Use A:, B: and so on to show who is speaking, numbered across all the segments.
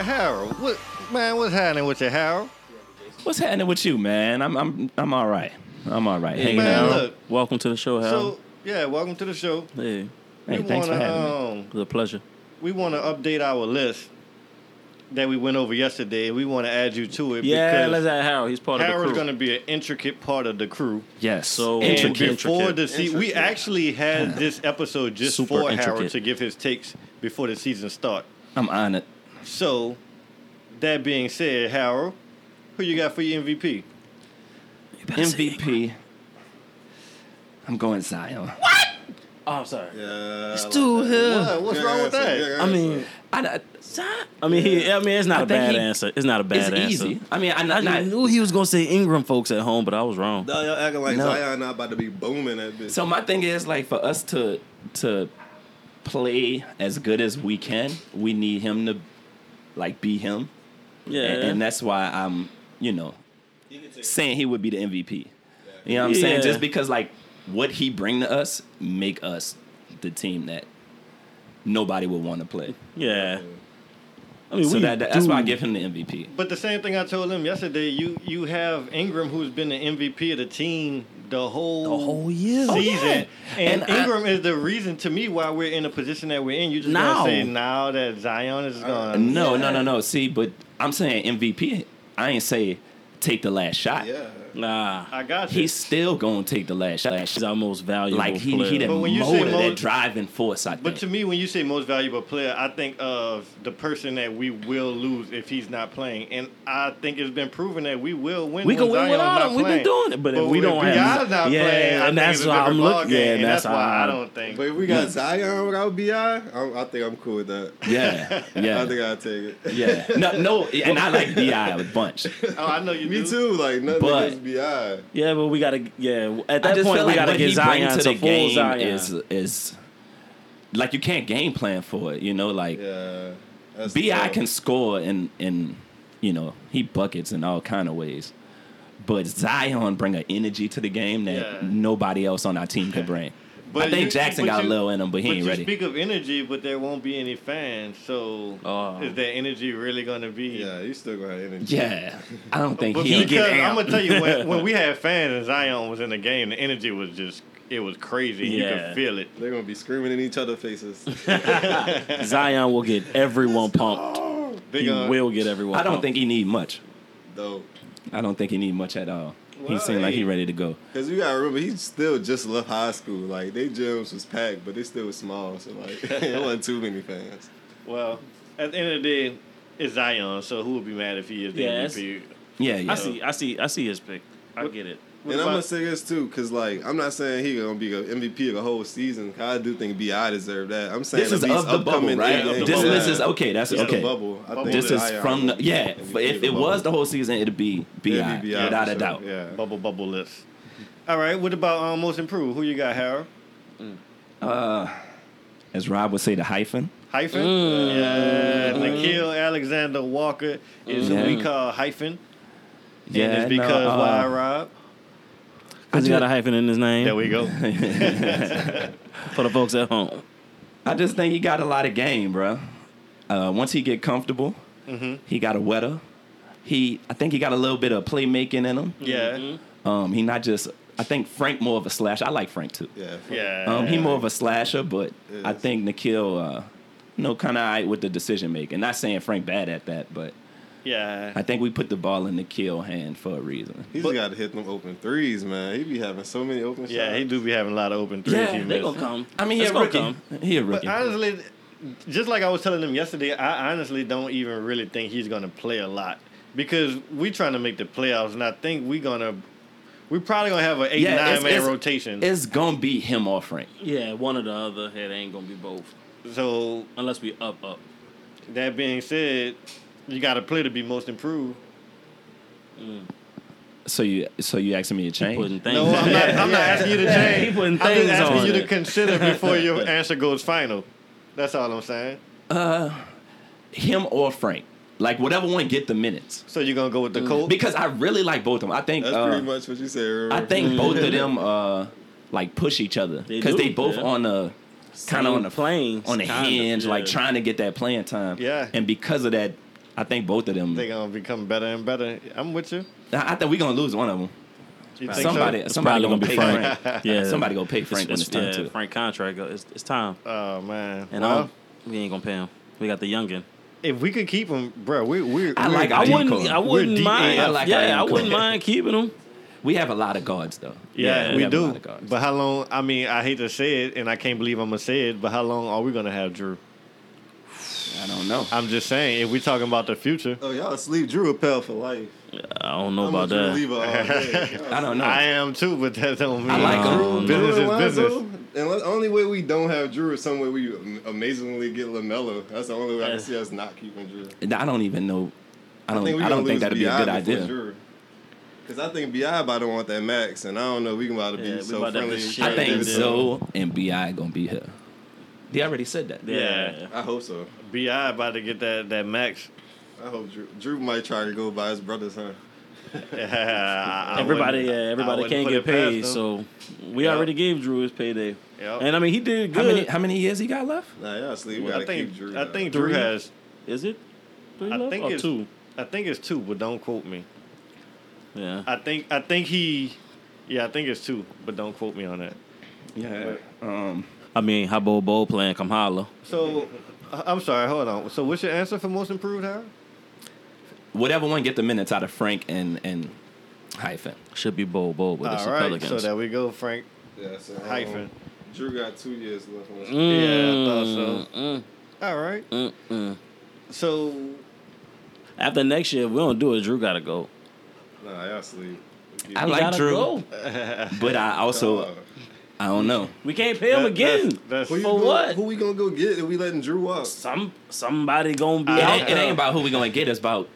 A: Harold? What man? What's happening with you, Harold?
B: What's happening with you, man? I'm I'm I'm all right. I'm all right. Hanging
A: man,
B: out.
A: look.
C: Welcome to the show, Hal.
A: So yeah, welcome to the show.
C: Um, hey,
B: Hey,
A: we
B: thanks for
A: wanna,
B: having me.
A: um,
C: it was a pleasure.
A: we want to update our list that we went over yesterday. We want to add you to it
C: Yeah, let's
A: because
C: add Harold. He's part
A: Harold's
C: of the crew.
A: going to be an intricate part of the crew.
B: Yes.
C: So-
A: And
C: Intricate.
A: before the season, we
C: Intricate.
A: actually had this episode just
C: Super
A: for Harold
C: intricate.
A: to give his takes before the season start.
B: I'm on it.
A: So, that being said, Harold, who you got for your MVP?
B: MVP. I'm going Zion. What?
C: oh, I'm sorry.
D: Yeah, I like
C: Too
D: that.
C: Hill.
A: What? Uh, What's wrong with that?
D: Yeah,
C: I mean, I, I mean, he, I mean, it's not a
B: I think
C: bad
B: he-
C: answer. It's not a bad
B: It's
C: answer.
B: easy. I mean, I,
C: I
B: not, not,
C: knew he was gonna say Ingram, folks at home, but I was wrong.
D: Nah, y'all acting like
B: No.
D: Zion not about to be booming that bitch.
B: So my thing is like for us to to play as good as we can, we need him to like be him,
C: Yeah,
B: and, and that's why I'm you know saying he would be the MVP. You know what I'm
C: Yeah.
B: saying? Just because like what he bring to us make us the team that nobody would want to play.
C: yeah. I mean,
B: So
C: we
B: that, that- that's why I
C: do-
B: give him the MVP.
A: But the same thing I told him yesterday. You you have Ingram, who's been the MVP of the team the whole
C: The whole year.
B: Oh, yeah.
A: season, and,
B: And I-
A: Ingram is the reason to me why we're in the position that we're in. You just
C: Now.
A: gonna say now that Zion is gone.
B: No, no, no, no. See, but I'm saying MVP. I ain't say take the last shot.
D: yeah.
C: Nah,
A: I got you.
B: He's still gonna take the last shot.
C: he's our most valuable.
B: like he
C: player.
B: he that
A: But when you say
B: motor,
A: motor-
B: that driving force. I
A: But
B: think.
A: to me, when you say most valuable player, I think of the person that we will lose if he's not playing, and I think it's been proven that we will win. when
C: We can win
A: Zion's
C: without
A: not
C: him. We've been
A: playing.
C: doing it, but if we don't
A: if
C: have-
A: Zion's not
C: Yeah,
A: playing,
C: and
A: I think
C: that's
A: it's a
C: why
A: different
C: I'm look-
A: ballgame,
C: yeah,
A: and
C: that's
A: that's,
C: why
A: why I
C: I'm-
A: don't think.
D: But if we got Zion without Bi, I, I think I'm cool with that.
B: yeah,
D: I think
B: yeah,
D: I'll take it.
B: yeah. No, no, and I like Bi a bunch.
A: oh, I know you.
D: Me
A: do.
D: too. Like nothing
B: But-
D: against Bi.
C: Yeah, but we gotta. Yeah, at
B: I
C: that
B: just
C: point
B: feel
C: we
B: like
C: gotta
B: what
C: get
B: he bring
C: Zion
B: to the
C: full
B: game
C: Zion.
B: is is like you can't game plan for it. You know, like
D: Yeah. That's
B: Bi
D: tough.
B: can score in in you know he buckets in all kind of ways. But Zion bring an energy to the game that
A: Yeah.
B: nobody else on our team could bring. I think
A: you-
B: Jackson
A: but
B: got
A: you-
B: a little in him, but he
A: but
B: ain't
A: you
B: ready.
A: Speak of energy, but there won't be any fans. So
C: Oh.
A: is that energy really going to be?
D: Yeah, you still gonna have energy.
B: yeah, I don't think
A: But
B: he'll
A: because
B: get.
A: I'm gonna tell you when, when we had fans and Zion was in the game, the energy was just it was crazy. You
C: Yeah.
A: could feel it.
D: They're gonna be screaming in each other's faces.
C: Zion will get everyone pumped.
A: Big
C: He
A: uh,
C: will get everyone.
B: I don't
C: pumped.
B: think he need much.
D: Though,
B: I don't think he need much at all. he
A: Well,
B: seemed like
A: hey.
B: he ready to go.
D: cause you gotta remember, he still just left high school. Like they gyms was packed, but they still was small. So like, there wasn't too many fans.
A: Well, at the end of the day, it's Zion. So who would be mad if he is the
C: Yeah,
A: MVP?
B: Yeah, yeah.
C: I see. I see. I see his pick. I get it.
A: What
D: and I'm
A: about-
D: gonna say this too, cause like I'm not saying he gonna be the MVP of the whole season. 'cause I do think Bi deserved that. I'm saying
B: This is
D: of these
B: of the bubble,
D: upcoming
B: right?
A: Yeah, of the
D: NBA
B: this
A: bubble.
B: list is okay. That's
D: It's
B: okay.
D: the bubble. I think
B: This is
D: Zion
B: from the
D: will be
B: yeah.
D: MVP
B: But
D: of
B: if
D: the
B: it
D: bubble.
B: was the whole season, it'd be bi,
D: It'd be Bi
B: without
D: for
B: a
D: sure,
B: doubt.
D: yeah.
A: Bubble bubble list. All right. What about um, most improved? Who you got, Harold?
B: As Rob would say, the hyphen.
A: Hyphen. Yeah. Nikhil Alexander Walker is who we call hyphen. Yeah. And it's because
B: um, uh,
A: why, Rob?
C: Cause he got a hyphen in his name
A: There we go.
C: for the folks at home.
B: I just think he got a lot of game, bro. Uh, once he get comfortable,
D: Mm-hmm.
B: he got a wetter. He, I think he got a little bit of playmaking in him.
A: Yeah.
B: Um, he not just. I think Frank more of a slash. I like Frank too.
D: Yeah. from-
A: Yeah.
B: Um, he more of a slasher, but
D: Yes.
B: I think Nikhil, uh, you know, kind of right with the decision making. Not saying Frank bad at that, but
A: Yeah.
B: I think we put the ball in Nikhil hand for a reason.
D: He's
A: But-
D: got to hit them open threes, man. He be having so many open shots.
A: Yeah, he do be having a lot of open threes. he
C: Yeah, they
A: miss.
C: gonna come.
B: I mean, he
C: It's
B: a
C: gonna
B: rookie.
C: come.
B: He a
A: But
B: rookie.
A: honestly, just like I was telling him yesterday, I honestly don't even really think he's gonna play a lot because we trying to make the playoffs, and I think we gonna we probably gonna have an eight
B: Yeah,
A: nine
B: it's-
A: man
B: it's-
A: rotation.
B: It's gonna be him or Frank.
C: Yeah, one or the other. It ain't gonna be both
A: so
C: unless we up up.
A: that being said, you got to play to be most improved.
B: So you, so you asking me to
C: Putting
B: change?
C: things.
A: No, I'm not, I'm not asking you to change.
C: He putting
A: I'm just
C: things
A: asking
C: on
A: you to
C: it.
A: consider before your answer goes final. That's all I'm saying.
B: Him or Frank, like whatever one get the minutes.
A: So you're gonna go with the Colts?
B: Because I really like both of them. I think
D: That's
B: uh,
D: pretty much what you said. Remember?
B: I think both of them uh, like push each other
C: They
B: because
C: do,
B: they, both
C: yeah.
B: on the kind of on the
C: plane,
B: on the hinge, like trying to get that playing time.
A: Yeah.
B: And because of that, I think both of them.
A: They're gonna become better and better. I'm with you.
B: I, I think we're gonna lose one of them.
A: You think so?
B: Somebody, somebody
C: probably
B: gonna,
C: gonna be
B: pay
C: Frank.
B: Frank.
C: Yeah.
B: somebody gonna pay Frank when it's time
C: yeah,
B: to.
C: Frank contract. It's, it's time.
A: Oh man.
C: And
A: well,
C: I'm, we ain't gonna pay him. We got the youngin.
A: if we could keep him, bro, we we
B: I like
C: I
B: IM
C: wouldn't.
B: Cole.
C: I
B: We're
C: wouldn't
A: DAF.
C: mind.
B: I like IM
C: yeah, I
B: Cole.
C: wouldn't mind keeping him.
B: We have a lot of guards though.
A: Yeah,
C: Yeah,
A: we
B: have a
A: do.
B: lot of guards.
A: But how long? I mean, I hate to say it, and I can't believe I'm gonna say it. But how long are we gonna have Drew?
B: I don't know.
A: I'm just saying, if we talking about the future,
D: Oh, y'all sleep Drew Appel for life.
C: I don't know
D: I'm a
C: about
D: Drew
C: that.
D: Lever all day.
B: I don't know.
A: I am too. But that don't mean
B: I like him.
A: Drew,
B: No,
A: Business
D: Drew
A: is
D: Lonzo,
A: business.
D: And the Um, only way we don't have Drew is somewhere we am- amazingly get Lamelo. That's the only way I
C: Yeah.
D: can see us not keeping Drew.
B: And I don't even know. I don't. I,
D: we
B: don't
D: gonna
B: think
D: lose
B: that'd be a
D: B.I.
B: good
D: before
B: idea.
D: Drew. Cause I think Bi about don't want that max, and I don't know we can about to be
C: Yeah, we
D: so
C: about to
D: friendly.
C: just
B: I
C: Yeah,
B: think
C: dude.
B: Zoe and Bi gonna be here. They already said that.
C: Yeah.
D: I hope so.
A: Bi about to get that that max.
D: I hope Drew, Drew might try to go by his brothers, huh?
C: Everybody, yeah, everybody can't get paid, so we
A: Yep.
C: already gave Drew his payday.
A: Yep.
C: And I mean, he did
B: How
C: good.
B: many? How many years he got left?
D: Nah, y'all sleep. We
A: I
D: gotta
A: think
D: keep Drew.
A: I
D: though.
A: think Drew
C: Three?
A: has.
C: Is it? Three
A: I
C: left
A: think
C: or
A: it's
C: two.
A: I think it's two, but don't quote me.
C: Yeah.
A: I think I think he. Yeah, I think it's two, but don't quote me on that.
B: Yeah. Um.
C: I mean, how about bowl playing? Come holla.
A: So, I- I'm sorry. Hold on. So, what's your answer for most improved Howard?
B: Whatever one get the minutes out of Frank and and hyphen.
C: Should be bowl bowl, but it's
A: All
C: the
A: right.
C: Pelicans.
A: So there we go, Frank.
D: Yeah, so, um,
A: Hyphen.
D: Drew got two years left. On his
B: Mm.
A: Yeah, I thought
C: Mm,
A: All right.
C: mm, mm.
A: So
C: After next year, if we don't do it, Drew gotta go.
D: Nah, y'all sleep.
B: I
C: He
B: like
C: gotta
B: Drew,
C: go.
B: but I
D: Uh,
B: also I don't know.
C: We can't pay him
A: That- that's-
C: again.
A: that's-
D: who you
C: For
D: gonna-
C: what?
D: Who we gonna go get if we letting Drew walk?
C: Some somebody gonna be
B: It
C: out
B: ain't, it
C: there.
B: ain't about who we gonna get. It's about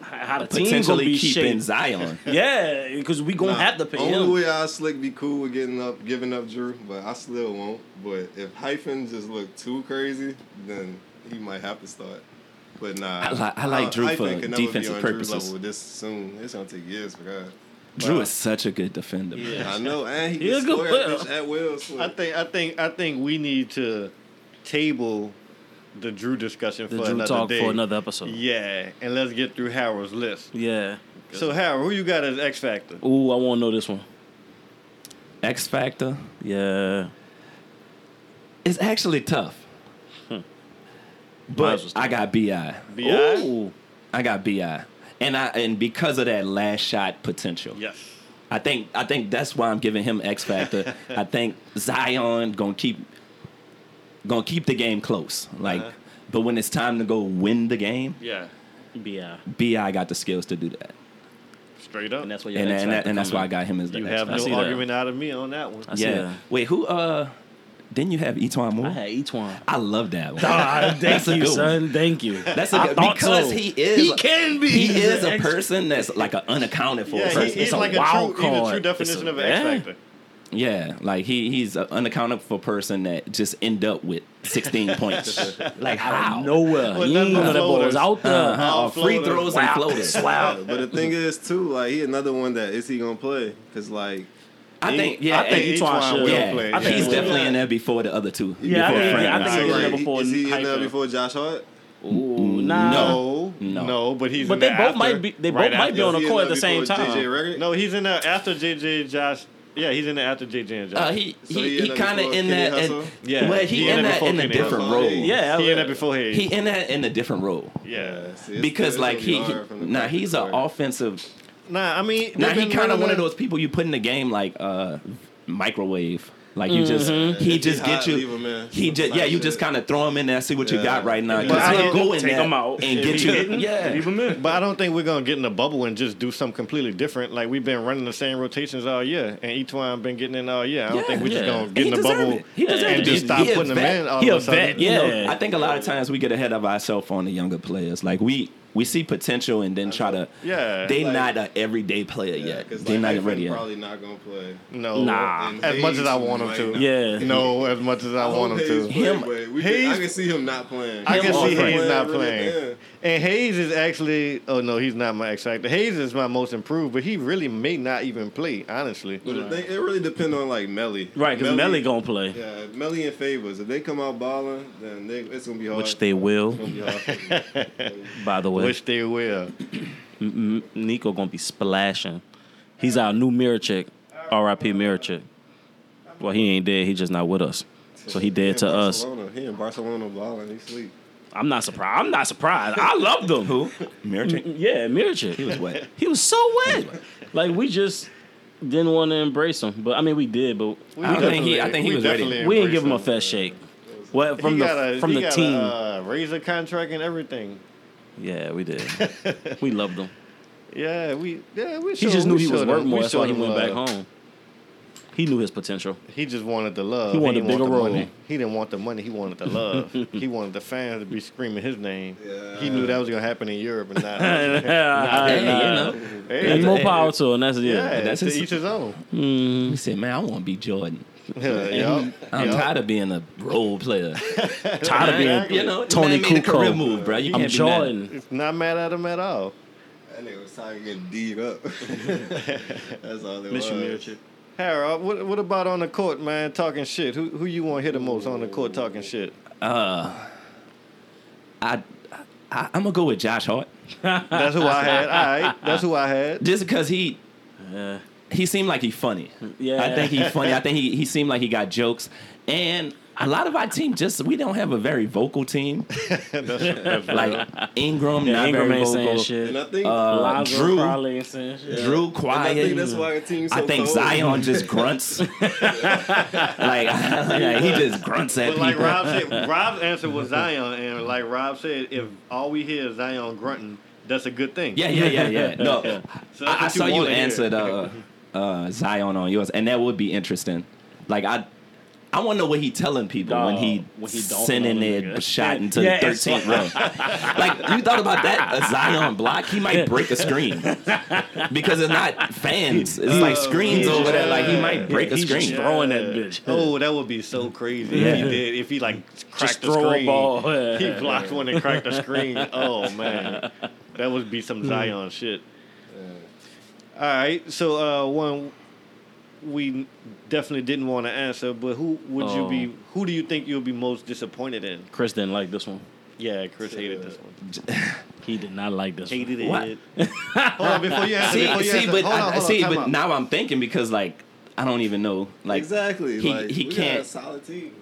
C: how the team gonna
B: potentially
C: be
B: keeping
C: shaped.
B: Zion.
C: Yeah, because we gonna
D: Nah,
C: have to pay
D: Only
C: him.
D: way I slick be cool with getting up, giving up Drew, but I still won't. But if hyphen just look too crazy, then he might have to start. But nah, uh,
B: I li- I like Drew
D: hyphen
B: for
D: could never be
B: defensive
D: on Drew's
B: purposes.
D: level this soon, it's gonna take years for God.
B: Drew is such a good defender. man.
D: I know, and he
C: He's
D: can
C: a good
D: score
C: player.
D: at, bitch at will. so-
A: I think I think I think we need to table the Drew discussion
C: The
A: for
C: Drew
A: another
C: talk
A: day.
C: for another episode. Yeah.
A: Yeah, and let's get through Harold's list. So Harold, who you got as X Factor?
C: Ooh, I want to know this one.
B: X Factor.
C: Yeah.
B: It's actually tough.
C: Hmm. Miles
B: But
C: was
B: I got Bi.
A: Bi.
C: Ooh.
B: I got Bi, and I and because of that last shot potential,
A: Yes.
B: I think I think that's why I'm giving him X factor. I think Zion gonna keep gonna keep the game close. Like,
A: Uh-huh.
B: but when it's time to go win the game,
A: Yeah.
C: Bi.
B: Bi got the skills to do that,
A: Straight up.
C: And that's why
B: and and, that, and that's why I got him as the
A: you
B: X
A: have
B: factor.
C: I see
A: no
C: that.
A: argument out of me on that one.
C: I see
B: yeah.
C: that.
B: Wait, who? Uh, didn't you have Etwan Moore?
C: I had each one.
B: I love that one.
C: Ah, thank
B: That's a
C: you,
B: good one.
C: son. Thank you.
B: That's a
C: I
B: good,
C: thought
B: because
C: so.
B: he is
C: He can be.
B: he
C: He's
B: is
C: an
B: a
C: ex-
B: person that's like an unaccounted for
A: yeah, he,
B: person.
A: he's
B: It's a
A: like a,
C: wild
A: true, he's a
C: card.
A: true
C: It's a-
A: definition of an X
C: yeah.
A: Factor.
B: Yeah, like he he's an unaccounted for person that just end up with 16 points. like how?
C: Nowhere.
A: Well,
C: you
A: that's
C: ain't know
A: the
C: that ball
A: floaters.
C: was out there.
B: Uh-huh.
A: All
B: Free
A: floaters.
B: throws and
C: Wow.
B: floaters.
D: Yeah, but the thing is too, like he another one that is he gonna play? Cause like
B: I think yeah,
C: I
B: and-
C: think each
A: Etwan
C: one should.
A: will
B: yeah,
A: play.
C: I think
B: he's
C: he will.
B: definitely in there before the other two.
C: Yeah, I
B: before
C: think-
B: Frank
C: yeah, I
B: and
C: think he's
B: I.
C: in there
D: like,
C: before
D: is he in there
C: hyphen.
D: before Josh Hart?
C: Ooh, nah.
B: No.
A: no,
B: No.
A: but he's.
C: But
A: in
C: they
A: there
C: both
A: after-
C: might be. They
A: right
C: both might
A: after.
C: be on
D: Is
C: the
D: he in
C: court at
D: there
C: the same
D: before JJ
C: time.
D: Redick?
A: No, he's in there after JJ Josh. Yeah, he's in there after JJ and Josh.
B: Uh, he he,
D: So he
B: he
D: in there
B: kind of
D: before
B: in
D: Kenny
B: that
D: Hustle?
B: and,
A: Yeah,
B: well he,
A: he in
B: in
A: there
B: that
A: before
B: in a
A: Kenny
B: different
D: Hustle.
B: role.
C: Yeah,
A: he in that before Hayes.
B: he in that in a different role.
A: yeah.
D: see, it's-
B: Because
D: it's
B: like
D: gonna be
B: he, he
D: hard from the
B: nah
D: back
B: he's an
D: court.
B: offensive
A: Nah, I mean,
B: Now
A: they've
B: he
A: been
B: kind
A: running
B: of one of
A: that-
B: those people you put in the game like uh, microwave. Like you just he
D: If
B: just
D: he
B: get
D: hot, leave him
B: you.
D: in.
B: He just yeah, you
D: Like
B: just
D: that.
B: kind of throw him in there, see what you
D: Yeah.
B: got right now.
D: But
B: Cause
A: I don't-
B: he'll go in
C: take
B: there
C: him out.
B: and
C: If
B: get
C: he
B: you.
C: hitting,
B: yeah,
C: him in.
A: But I don't think we're gonna get in a bubble and just do something completely different. Like we've been running the same rotations all year, and Etwan been getting in all year. I don't
B: Yeah,
A: think we're just
C: yeah.
A: gonna
B: And
A: get
B: he
A: in the
B: deserve
A: bubble
B: it. He deserve
A: and
B: it.
A: just
B: He-
A: stop
B: he a
A: putting him
B: vet.
A: in all
C: He
A: of
C: a
A: a sudden.
C: vet,
B: You know,
C: Yeah.
B: I think a lot of times we get ahead of ourselves on the younger players. Like we we see potential and then try to.
A: Yeah.
B: they
D: Like-
B: not an everyday player
D: Yeah,
B: yet.
D: 'cause,
B: They
D: like,
B: not
D: Hyphen
B: ready yet.
D: Probably not gonna play.
A: No,
C: Nah.
A: As much as I want him to.
C: Yeah.
A: No, as much as I want him to.
B: Him-
D: Him, we can, I
A: he's-
D: can see him not playing.
A: I can
B: Him or
A: see
B: Frank.
A: he's not
D: really
A: playing.
D: bad.
A: And Hayes is actually, oh no, he's not my X factor. Hayes is my most improved, but he really may not even play, honestly.
D: But it, they, it really depends on like Melly.
C: Right, because Melly gonna play,
D: Yeah, Melly and Favors. If they come out balling, then they, it's gonna be hard.
C: which they will.
D: It's gonna be hard for them.
C: By the way,
A: Which they will.
C: M- Nico gonna be splashing. He's our new mirror chick. R.I.P. mirror chick. Well, he ain't dead. He just not with us. So he
D: He
C: dead
D: in
C: to us.
D: Barcelona. He in Barcelona balling. He sleep.
C: I'm not surprised. I'm not surprised. I loved him. Who?
B: Meritic.
C: Yeah, mirror chick.
B: He was wet.
C: He was so wet. Like we just didn't want to embrace him, but I mean we did, but
A: We
B: I don't think he- I
A: definitely-
B: think he
A: we
B: was ready.
A: definitely
C: we didn't give him a
A: embrace
C: fat shake. Well, from
A: He
C: the
A: got a-
C: from
A: he
C: the
A: got
C: team,
A: a, uh, razor contract and everything.
C: yeah, we did. we loved him.
A: Yeah, we yeah we.
C: He
A: showed-
C: just knew
A: we
C: he was
A: showed
C: worth
A: him-
C: more.
A: we
C: That's why
A: showed
C: he
A: him,
C: went
A: uh,
C: back home. He knew his potential.
A: He just wanted the love.
C: He wanted a
A: didn't want
C: bigger
A: the
C: role.
A: money. He didn't want the money. He wanted the love. he wanted the fans to be screaming his name.
D: Yeah.
A: He knew that was gonna happen in Europe and not.
B: Hey,
C: hey,
B: you know.
A: Hey,
C: And more
B: hey.
C: power to him. That's it.
A: yeah,
B: that's
A: that's
B: his-
A: his, each his own.
B: He said, "Man, I want to be Jordan.
A: Yeah, yup,
B: I'm
A: yup.
B: tired of being a role player.
C: Tired of being
A: Exactly.
B: you know,
C: Tony
B: man made a career
C: Kukoc.
B: move, bro. You
C: I'm
B: can't be mad.
C: Jordan.
A: It's not mad at him at all.
D: That nigga was tired of getting D'd up. That's all it was.
C: Mission mirror chick.
A: Harold, what what about on the court, man? Talking shit. Who who you want to hit the most on the court talking shit?
B: I, I, I'm gonna go with Josh Hart
A: That's who I had. All right, that's who I had.
B: just because he
C: Yeah.
B: he seemed like he funny.
C: Yeah.
B: I think he funny. I think he, he seemed like he got jokes. And a lot of our team just we don't have a very vocal team. like Ingram,
C: Yeah,
B: not
C: Ingram
B: very vocal.
C: ain't saying shit.
D: And I think
B: Uh,
C: Lonzo
B: Drew-
C: probably ain't saying shit.
B: Drew
D: and I
B: quiet.
D: think that's why the team's so
B: I think
D: cold.
B: Zion just grunts. like, like, he just grunts at
A: But
B: people.
A: like Rob said, Rob's answer was Zion, and like Rob said, if all we hear is Zion grunting, that's a good thing.
B: yeah, yeah, yeah, yeah. No,
A: So that's what
B: I, I saw you
A: wanna hear.
B: answered uh, uh, Zion on yours, and that would be interesting. Like I, I want to know what he telling people when
C: Dog,
B: he,
C: when he don't
B: sending
C: know,
B: their
C: nigga.
B: shot into
C: Yeah,
B: the
C: it's-
B: thirteenth round. like you thought about that a Zion block, he might break a screen because it's not fans. It's
A: uh,
B: like screens
A: yeah.
B: over there. Like he might
A: Yeah,
B: break a
C: he's just
B: screen.
C: throwing Throwing that bitch.
A: Oh, that would be so crazy if
B: Yeah.
A: he did. If he like cracked the
C: throw a
A: screen,
C: ball. Yeah.
A: he blocked one and cracked the screen. Oh man, that would be some Zion shit. All right, so uh, one we definitely didn't want to answer, but who would
C: Oh.
A: you be? Who do you think you'll be most disappointed in?
C: Chris didn't like this one.
A: Yeah, Chris hated this one.
C: He did not like this one.
A: Hated
B: What?
A: it. hold on, before you answer,
B: see,
A: before you
B: see,
A: answer,
B: but
A: hold on,
B: I-
A: hold on,
B: see,
A: time
B: but
A: out.
B: now I'm thinking because like I don't even know. Like
D: exactly.
B: he-
D: like,
B: he
D: we Got
B: can't-
D: a solid team.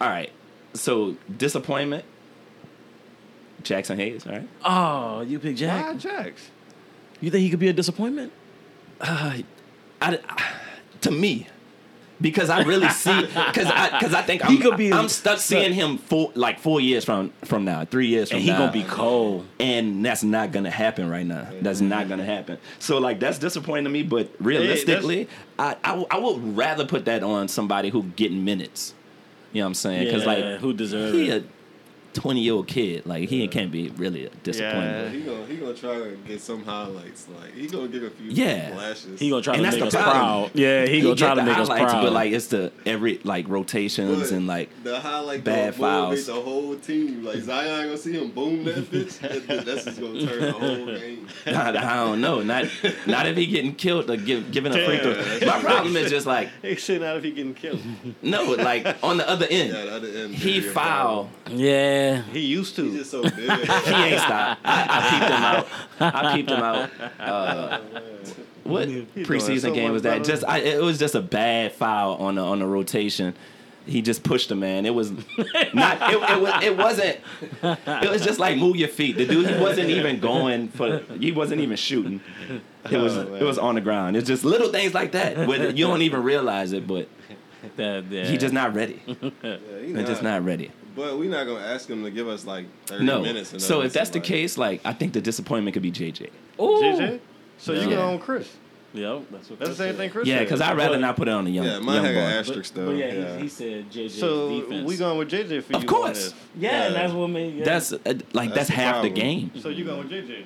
B: all right, so disappointment. Jackson Hayes, all right.
C: Oh, you pick Jack.
A: Why Jax?
C: You think he could be a disappointment?
B: Uh, I, to me, because I really see, because I, because I think I'm,
C: He could be a-
B: I'm stuck seeing him four, like four years from from now, three years from
C: And he
B: now,
C: gonna be cold.
B: and that's not gonna happen right now. That's not gonna happen. So like that's disappointing to me. But
A: that's-
B: realistically, I, I w- I would rather put that on somebody who getting minutes. You know what I'm saying? Because
C: Yeah,
B: like
C: who deserves
B: he
C: it?
B: a 20 year old kid, like he can't be really a disappointment.
A: Yeah.
D: He gonna he gonna try to get some highlights. Like he gonna get a few
B: Yeah.
D: flashes.
C: He gonna try
B: And
C: to
B: that's
C: make
B: the
C: us
B: problem.
C: proud. Yeah, he, gonna
B: get
C: try to
B: the
C: make us
B: highlights,
C: proud.
B: but like it's the every like rotations
D: But
B: and like
D: the highlight
B: bad
D: bad
B: fouls.
D: fouls. The whole team like Zion ain't gonna see him boom that bitch. That- that- That's just gonna turn the whole game.
B: I, I don't know. Not not if he getting killed or give, giving a free throw. My problem is just like
A: He said not if he getting killed.
B: no, like on the other end,
D: Yeah, that end.
B: he
D: did it.
B: foul.
C: yeah,
A: He used to.
D: He's just so big. That's
B: He ain't stop. I, I peeped him out. I peeped him out. Uh, what preseason
A: so
B: game
A: much
B: was that?
A: better.
B: Just I, it was just a bad foul on the on the rotation. He just pushed the man. It was not. It, it, was, it wasn't. It was just like move your feet. The dude he wasn't even going for. He wasn't even shooting. It was
A: Oh, man.
B: it was on the ground. It's just little things like that. But you don't even realize it. But
C: that, yeah.
B: he just not ready. They're just not ready.
D: But we're not gonna ask him to give us like thirty
B: No.
D: minutes. and
B: So
D: nothing,
B: if that's the
D: like-
B: case, like I think the disappointment could be JJ.
C: Ooh.
A: JJ? So you
B: Yeah.
A: go on Chris.
C: Yep, that's what.
A: That's the same thing Chris
B: Yeah,
A: said.
B: because I'd rather not put it on a young,
D: Yeah, mine
B: young
D: had an
B: boy.
D: asterisk though.
C: But yeah,
D: yeah.
C: He, he said JJ
A: So
C: defense.
A: we going with JJ for you.
B: Of
A: on
B: course.
A: this.
C: yeah, and that's what made. Yeah.
B: That's uh, like that's,
D: That's the
B: half the
D: problem.
B: game.
A: So you going with JJ?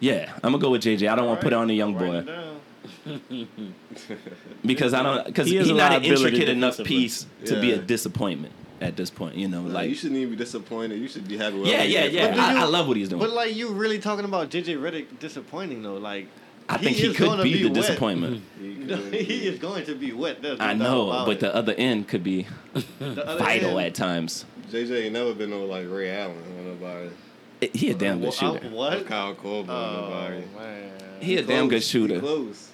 B: Yeah, I'm gonna go with JJ. I don't want to put it on a young
A: Write it
B: boy
A: down.
B: because I don't because
C: He is
B: he's
C: a
B: not an
C: liability
B: intricate enough
C: defensively.
B: piece to be a
D: Yeah.
B: disappointment at this point. You know,
D: Like, you
B: like
D: shouldn't even be disappointed. You should be happy. with
B: yeah,
D: what you
B: yeah,
D: get.
B: yeah.
A: But do
B: I,
A: you-
B: I love what he's doing.
A: But like you really talking about JJ Reddick disappointing though, like
B: I think he,
A: is
B: could
A: gonna
B: be, the
A: wet.
B: disappointment.
D: You
A: No,
D: could-
A: he is going to be wet. There's no
B: I
A: doubt
B: know,
A: about
B: but
A: it.
B: the other end could be
A: The other
B: vital
A: hand-
B: at times.
D: JJ ain't never been no like Ray Allen or nobody.
B: It- He a damn good
A: Well, I-
B: shooter.
A: What?
D: Kyle Korver or
A: Oh,
D: nobody.
A: man.
B: He a damn good
D: Close. He
B: shooter.
D: Close.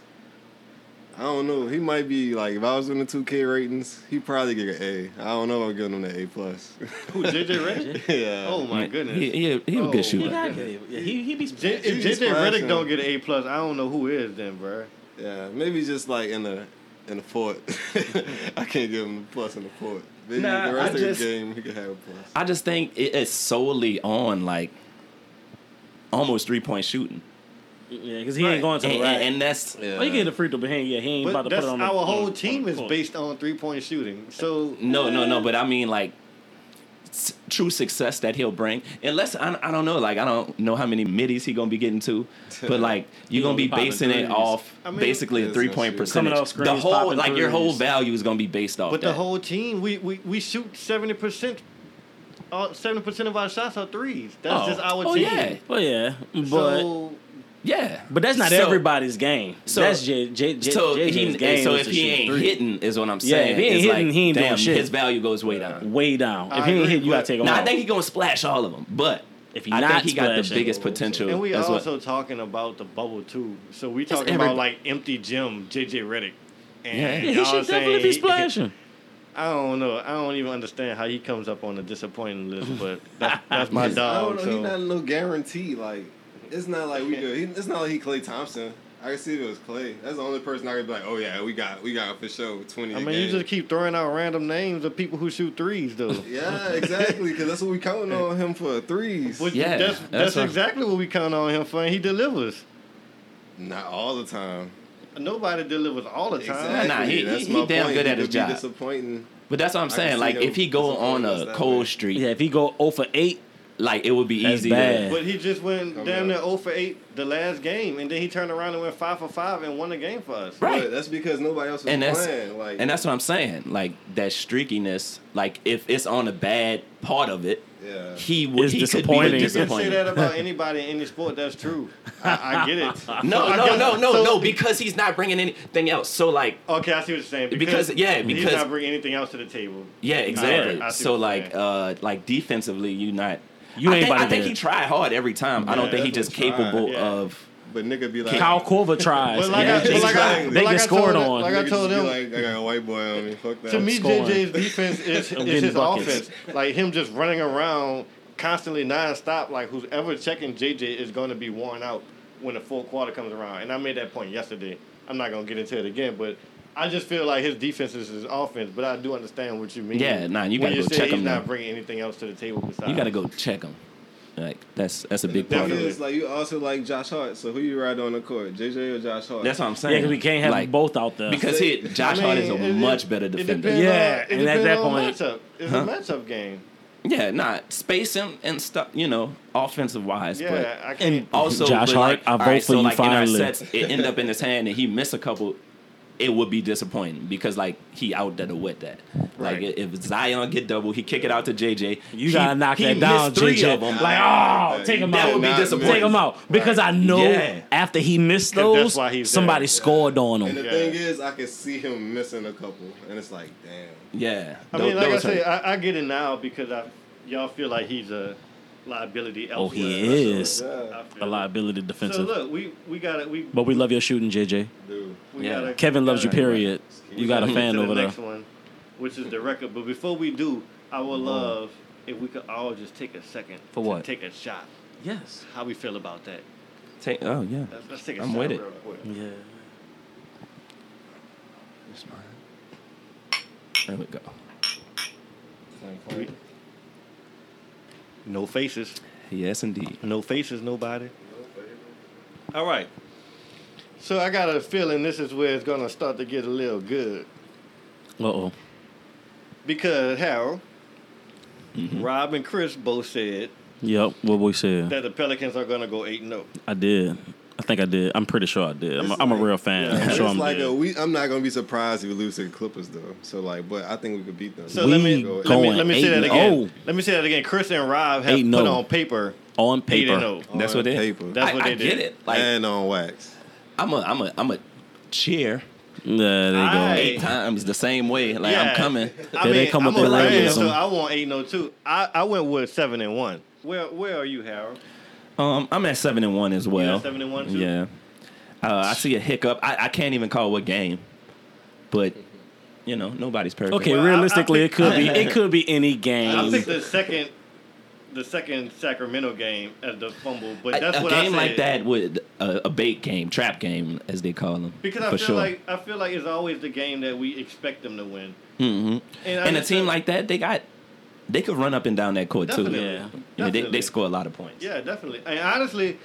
D: I don't know. He might be like if I was doing the two K ratings, he probably get an A. I don't know. if I'm giving him the A plus.
A: Who JJ Reddick?
D: yeah.
A: Oh my goodness.
B: He, he, a- he a
A: Oh.
B: good shooter.
A: got
C: he, he be
A: J- if
D: He's
A: JJ Reddick
D: splashing.
A: don't get an A plus, I don't know who is then, bruh.
D: Yeah. Maybe just like in the in the fourth. I can't give him the plus in the fourth. Maybe
B: Nah,
D: the rest
B: I
D: of
B: just-
D: the game he could have a plus.
B: I just think it is solely on like almost three point shooting,
C: Yeah, because he
A: Right.
C: ain't going to
B: and,
C: the
B: and-
C: rack.
B: and that's
D: Yeah.
C: Oh, he get a free throw behind. Yeah, he ain't about
A: But
C: to
A: that's
C: put it on. the-
A: our
C: on-
A: whole
C: on
A: team
C: the
A: is
C: court.
A: based on three point shooting. So
B: no, no, no. But I mean like s- true success that he'll bring. Unless I, I don't know, like I don't know how many middies he gonna be getting to, but like you're gonna
C: gonna
B: be
C: be popping
B: basing it
C: threes.
B: off
A: I mean,
B: basically
D: Yeah,
B: a
D: it's
B: three
D: not
B: point
D: shooting.
B: percentage.
C: Coming off screens,
B: the whole
C: popping
B: like your whole
C: threes.
B: value is gonna be based off.
A: but
B: that.
A: the whole team, we we, we shoot seventy percent. Seventy percent of our shots are threes. That's
B: Oh.
A: just our
B: Oh,
A: team.
B: yeah.
C: Well, yeah, but
A: So
B: yeah,
C: but that's not
B: So-
C: everybody's game.
B: so-
C: that's J, J, J,
B: so
C: JJ's
B: he,
C: game.
B: so
C: is
B: if
C: to
B: he
C: shoot
B: ain't
C: three.
B: hitting, is what I'm
C: Yeah,
B: saying.
C: if he ain't
B: It's
C: hitting,
B: like,
C: he ain't doing
B: damn,
C: shit.
B: His value goes way down.
C: way down. If
A: I
C: he ain't
A: agree,
C: hit, you gotta
A: but-
C: take him
B: Now I
C: out.
B: think he gonna splash all of them, but
C: If he
B: I
C: not
B: think he got the
C: splashing,
B: biggest
D: what I'm saying.
B: potential.
A: and we
B: That's what-
A: also talking about the bubble too. So we
B: That's
A: talking
B: every-
A: about like empty gym, JJ Reddick. And
B: Yeah. Yeah, he
C: Yeah,
A: you
C: he
A: know what I'm
C: should definitely
A: saying?
C: be splashing.
A: I don't know. I don't even understand how he comes up on the disappointing list, but that's, that's my
D: I
A: dog.
D: don't know.
A: so.
D: He's not no guarantee. Like, it's not like we do. He, it's not like he Clay Thompson. I could see if it was Clay. That's the only person I could be like, oh yeah, we got we got for sure twenty.
A: I
D: a
A: mean, you
D: game."
A: just keep throwing out random names of people who shoot threes, though.
D: Yeah, exactly. Because that's what we counting on him for threes.
A: Which-
B: Yeah,
A: that's,
B: that's
A: that's
B: right.
A: exactly what we count on him for, and he delivers.
D: Not all the time.
A: Nobody delivers all the time.
D: Exactly.
B: Nah, he-
D: That's
B: he-
D: my
B: he damn
D: point.
B: good at
D: could
B: his
D: be
B: job.
D: Disappointing.
B: But that's what I'm
D: can
B: saying.
D: see
B: Like
D: him
B: if he go on
D: disappointing us
B: a
D: that
B: cold
D: way.
B: street,
C: Yeah, if he go 0 for 8,
B: like it would be
C: That's
B: easy.
C: bad.
B: To,
A: But he just went
D: Come
A: damn
D: on.
A: near 0 for 8 the last game, and then he turned around and went 5 for 5 and won the game for us.
B: Right.
D: But that's because nobody else was
B: and that's
D: playing. Like,
B: and that's what I'm saying. Like that streakiness. Like if it's on a bad part of it,
D: yeah.
B: he would
C: It's
B: he could be
A: You
C: disappointing.
A: can say that
B: disappointed.
A: about anybody in any sport. That's true. I, I get it. So
B: No,
A: I
B: no,
A: guess-
B: no, no,
A: so-
B: no. Because he's not bringing anything else. So like,
A: Okay, I see what you're saying.
B: Because- yeah,
A: he's
B: because-
A: not bringing anything else to the table.
B: yeah, exactly.
A: I see
B: so
A: what you're
B: like, uh, like defensively, you not.
C: You
B: I
C: ain't
B: think,
C: about
B: I
C: to
B: think
C: do
B: he
C: it.
B: tried hard every time. I don't
D: Yeah,
B: think he
D: that's
B: just
D: what he tried.
B: capable
A: Yeah.
B: of.
D: But nigga be like,
C: Kyle Korver tries.
A: But like,
C: yeah,
A: I, but like, I,
D: exactly.
A: but like
C: They get
A: I told
C: scored
A: him-
C: on.
A: Like
D: nigga
A: I told
D: just be
A: him,
D: like, I got a white boy on me. Fuck that.
A: to me,
C: scoring.
A: JJ's defense is,
C: I'm
A: is
C: getting
A: his
C: buckets.
A: offense. Like him just running around constantly nonstop. Like whoever checking JJ is going to be worn out when the fourth quarter comes around. And I made that point yesterday. I'm not going to get into it again, but I just feel like his defense is his offense. But I do understand what you mean.
B: Yeah, nah, you
A: when
B: gotta
A: you
B: go
A: say
B: check
A: he's
B: him
A: not
B: now.
A: bringing anything else to the table besides.
B: You got to go check him. Like that's that's a big
D: The
B: part
D: thing
B: of it.
D: is, like, you also like Josh Hart. So who you ride on the court, JJ or Josh Hart?
B: That's what I'm saying.
C: because we can't have
B: Like,
C: both out there.
B: Because he, Josh
A: I
B: Hart is a
A: mean, it-
B: much
A: it-
B: better
A: it
B: defender.
A: depends
C: Yeah,
A: on- it
C: and at that
A: depends on
C: point-
A: matchup. it's a matchup game.
B: Yeah, not space him and stuff. You know, offensive wise,
A: Yeah, I can't.
C: and
B: but also
C: Josh
B: but
C: Hart,
B: like,
C: I
B: all
C: vote
B: right,
C: for
B: so
C: you
B: like
C: finally.
B: In our sets, it end up in his hand, and he missed a couple. It would be disappointing because like he out there to wet that. Like
A: Right.
B: if Zion get double, he kick it out to JJ.
C: you
B: He-
C: gotta knock
B: he
C: that down,
B: missed three
C: JJ.
B: of 'em.
C: Like, oh,
D: That
C: take him
B: would
C: out.
B: be
D: Not
B: disappointing.
C: Take him out because I know
B: Yeah.
C: after he missed
A: 'Cause that's
C: those,
A: why he's
C: somebody
A: there.
C: scored on
D: And the
C: him.
A: Yeah.
D: thing is, I can see him missing a couple, and it's like, damn.
B: Yeah,
A: I
B: tho-
A: mean, like I
B: those
A: say,
B: hurt.
A: I, I get it now because I, y'all feel like he's a liability.
C: Oh,
A: Elsewhere.
C: he is
D: Yeah,
C: a liability
A: So
C: defensive.
A: look, we we got it. We
C: but we love your shooting, JJ.
D: dude.
A: we
B: Yeah.
A: gotta,
C: Kevin loves you.
A: gotta-
C: Period. You got a
A: gotta
C: fan
A: move to the
C: over there.
A: next one, which is the record. But before we do, I would love if we could all just take a second
C: For
A: to
C: what?
A: take a shot.
C: Yes.
A: How we feel about that?
B: Take- oh yeah,
A: Let's, let's take a
B: I'm
A: shot
B: with it.
A: real quick.
C: Yeah.
B: there we go.
A: No faces.
B: Yes, indeed.
A: No faces. Nobody. All right. So I got a feeling this is where it's gonna start to get a little good.
C: Uh oh.
A: Because Harold,
C: Mm-hmm.
A: Rob, and Chris both said
C: Yep. What we said.
A: oh. that the Pelicans are going to go 8 0.
C: I did. I think I did. I'm pretty sure I did. I'm, a, I'm a real fan. I'm
D: It's
C: sure I'm
D: like
C: dead.
D: a, we, I'm not gonna be surprised if we lose to the Clippers though. So like, but I think we could beat them.
A: So
C: We
A: let me
D: go
A: let
D: eight
A: me
C: and
A: let me say
C: eight
A: that
C: and
A: again.
C: oh.
A: Let me say that again. Chris and Rob have
C: Eight and
A: put
C: oh.
A: on paper
C: on
A: eight
C: paper.
A: and oh.
B: That's
D: on
B: what it.
D: paper.
A: That's
B: I,
A: what
B: I
A: they
B: get
A: did.
B: it. Like
D: and on wax.
B: I'm a I'm a I'm a cheer
C: Yeah, there you go.
A: I-
B: eight times the same way. Like
A: Yeah.
B: I'm coming.
A: I
C: Yeah,
A: mean,
C: they come
A: I'm
C: up
A: a
C: with
A: Rams,
C: labels
A: so
C: and-
A: I want eight and oh too. I, I went with seven and one. Where where are you, Harold?
B: Um, I'm at seven and one as well.
A: seven and one, too?
B: Yeah. Uh, I see a hiccup. I, I can't even call what game, but you know nobody's perfect.
C: okay,
A: Well, I- I
C: realistically,
A: picked-
C: it could be it could be any game.
A: I picked the second the second Sacramento game at the fumble, but
B: A,
A: that's
B: a
A: what I
B: game
A: said.
B: like that would a, a bait game, trap game, as they call them.
A: Because
B: for
A: I feel
B: sure.
A: like I feel like it's always the game that we expect them to win. Mm-hmm. And, I
B: and a
A: just
B: team
A: feel-
B: like that, they got they could run up and down that court
A: Definitely.
B: too.
A: Yeah.
B: You know, they,
A: Definitely.
B: they score a lot of points.
A: Yeah, definitely. And honestly,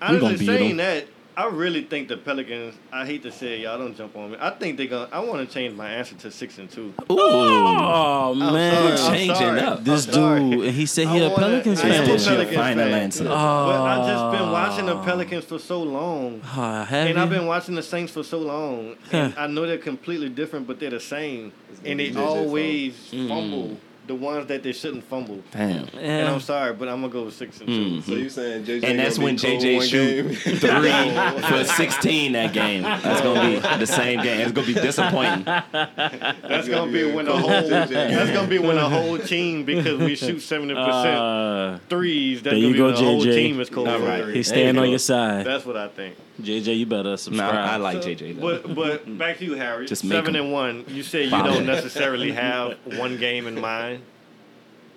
C: gonna
A: honestly
C: beat
A: saying
C: 'em.
A: that, I really think the Pelicans. I hate to say it, y'all don't jump on me. I think they're gonna. I want to change my answer to six and two.
B: Ooh,
C: oh man,
A: sorry.
B: changing
A: sorry.
B: up.
C: this
A: I'm sorry.
C: dude, and he said
A: I
C: he a
A: wanna-
C: Pelicans
A: I am a
B: This
C: fan. Oh.
B: is your
A: Pelicans
B: final
A: fan.
B: answer. Oh.
A: But I've just been watching the Pelicans for so long.
C: Ah, have
A: And I've
C: you?
A: been watching the Saints for so long, and I know they're completely different, but they're the same.
D: It's gonna
A: And
D: be
A: they
D: JJ fault.
A: always fumble the ones that they shouldn't fumble.
B: Damn.
C: Mm. Yeah. Mm.
A: And I'm sorry, but I'm gonna go with six and two.
D: So you saying JJ?
B: And that's
D: gonna
B: when
D: be cold
B: JJ
D: one
B: shoot
D: game?
B: three for 16 that game. That's gonna be the same game. It's gonna be disappointing.
A: That's gonna be
D: Yeah,
A: when the
D: cold
A: whole
D: JJ.
A: that's gonna be when the whole team because we shoot seventy percent
C: Uh,
A: threes. That's
C: there
A: gonna
C: you
A: be
C: go,
A: when the whole
C: JJ.
A: team is cold.
D: All
A: for
D: right.
A: three.
C: he's staying
B: you
C: on
B: go.
C: your side.
A: That's what I think.
C: JJ, you better
B: No,
C: subscribe.
B: I like
A: So,
B: JJ. Though.
A: But but back to you, Harry.
B: Just make
A: seven
B: them.
A: and one. You say you
B: Five.
A: don't necessarily have one game in mind.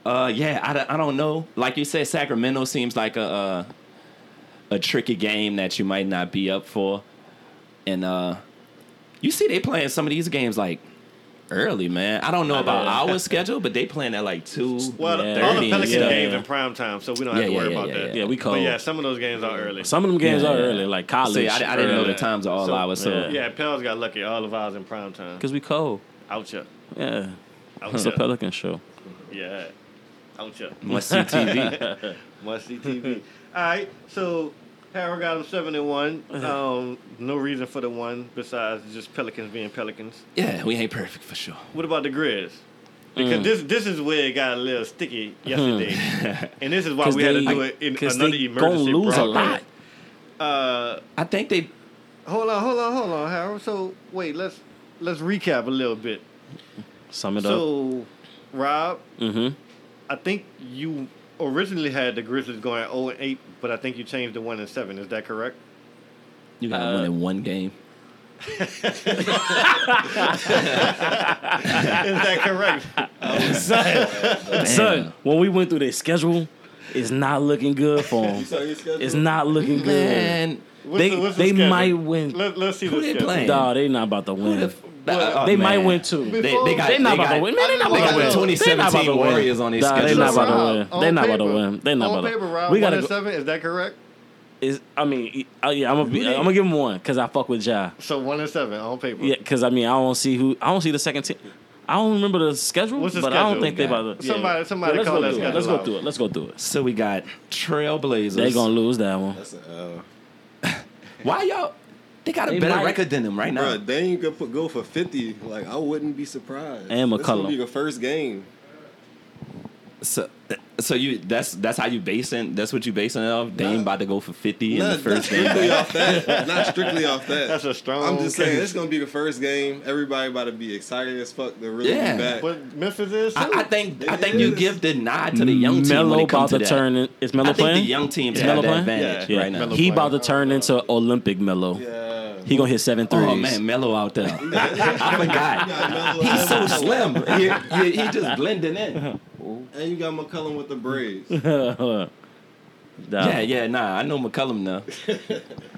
B: Uh, yeah, I, don't- I don't know. Like you said, Sacramento seems like a uh, a tricky game that you might not be up for, and uh, you see they playing some of these games like early, man. I don't know about our schedule, but they playing at like two.
A: Well,
C: Yeah.
A: all the
B: 30 and
A: Pelican
B: stuff.
A: games in prime time, so we don't have
B: Yeah,
A: to
B: yeah,
A: worry
B: yeah,
A: about
B: yeah,
A: that.
B: yeah.
C: yeah, we cold.
A: But yeah, some of those games are early.
C: Some of them games
B: Yeah,
C: are
B: yeah.
C: early, like college.
B: See, I, I didn't know
A: early.
B: the times are all
A: So,
B: hours, so
A: yeah, Pels got lucky. All of ours in prime time.
C: because we cold.
A: Oucha.
C: Yeah, it's a
A: Oucha.
C: Pelican show.
A: Yeah. Oucha.
B: must see TV.
A: Must see TV. all right, so Harold got him seven and one.
C: Uh-huh.
A: Um, no reason for the one besides just Pelicans being Pelicans.
B: yeah, we ain't perfect for sure.
A: What about the Grizz? Because
C: Mm.
A: this this is where it got a little sticky yesterday, and this is why
C: Mm-hmm. 'Cause
A: we had to
C: they-
A: do it in
C: 'cause
A: another
C: they
A: emergency.
C: gonna lose a
A: broadcast. Uh,
B: I think they
A: hold on, hold on, hold on, Harold. So wait, let's let's recap a little bit.
C: Sum it up.
A: So, Rob,
C: Mm-hmm.
A: I think you originally had the Grizzlies going 0 and 8, but I think you changed to 1 and 7. Is that correct?
B: you got
C: Uh,
B: one in one game.
A: Is that correct?
C: Son, when we went through their schedule, it's not looking good for
D: You
C: them.
D: saw your schedule?
C: It's not looking good.
B: man,
A: What's
C: they
A: the- what's the
C: they
A: schedule?
C: might win.
A: Let, let's see
B: Who
A: the
B: they
A: schedule.
B: playing?
C: Nah, they not about to win.
B: who the f- oh,
C: they might
B: man.
C: win too.
B: They, they got
C: They not
B: they
C: about
B: got-
C: to win. Man, they not
A: They
C: about
A: got
C: to win.
A: the
C: They not about to
B: 2017
C: win.
B: Warriors on their
C: Nah, They
B: schedule.
C: not about
A: Rob,
C: to win.
A: on
C: They not about to
A: paper-
C: win. They not
A: on
C: about to
A: paper, Rob,
C: We
A: one
C: gotta
A: and
C: go.
A: seven. Is that correct?
C: Is I mean, I, yeah, I'm gonna be, I'm gonna give him one because I fuck with Ja.
A: So one and seven on paper.
C: Yeah, because I mean, I don't see who. I don't see the second team. I don't remember the schedule,
A: What's the
C: but I don't
A: schedule?
C: think they about to.
A: Somebody-
C: yeah.
A: somebody
C: Yeah, let's
A: call
C: go
A: that
C: through it.
A: schedule
C: Let's go
A: out.
C: through it. Let's go through it.
B: So we got Trailblazers.
C: They gonna lose that one.
D: That's uh, an L.
B: Why y'all? They got a
C: They
B: better
C: might-
B: record than them right now.
D: Bro, Dane could put, go for fifty. Like I wouldn't be surprised.
C: And
D: This gonna
C: McCollum.
D: be the first game.
B: So, so you that's that's how you basing that's what you basing it off. Dame
D: Nah.
B: about to go for fifty in
D: Not
B: the first game.
D: strictly off that. Not strictly off that.
A: That's a strong
D: I'm just
A: case.
D: saying it's gonna be the first game. Everybody about to be excited as fuck to really
B: Yeah.
D: be back.
A: But Memphis is.
B: I,
A: too.
B: I think I
D: It
B: think you
D: is.
B: give the nod to the young team when
C: Melo
B: it
C: about
B: comes
C: to,
B: that.
C: turn. In, is Melo
B: I think
C: playing?
B: the young teams
C: Is
B: have
C: Melo
B: that
C: playing?
B: advantage
A: Yeah.
B: right now.
A: Melo-
C: he about to turn into Olympic Melo.
D: yeah.
C: He gonna hit seven threes.
B: Oh man, Melo out there. I forgot.
D: Melo
B: He's so
D: and-
B: slim. He, he, he just blending in.
D: and you got McCollum with the braids.
C: Nah,
B: Yeah, yeah, nah. I know McCullum now.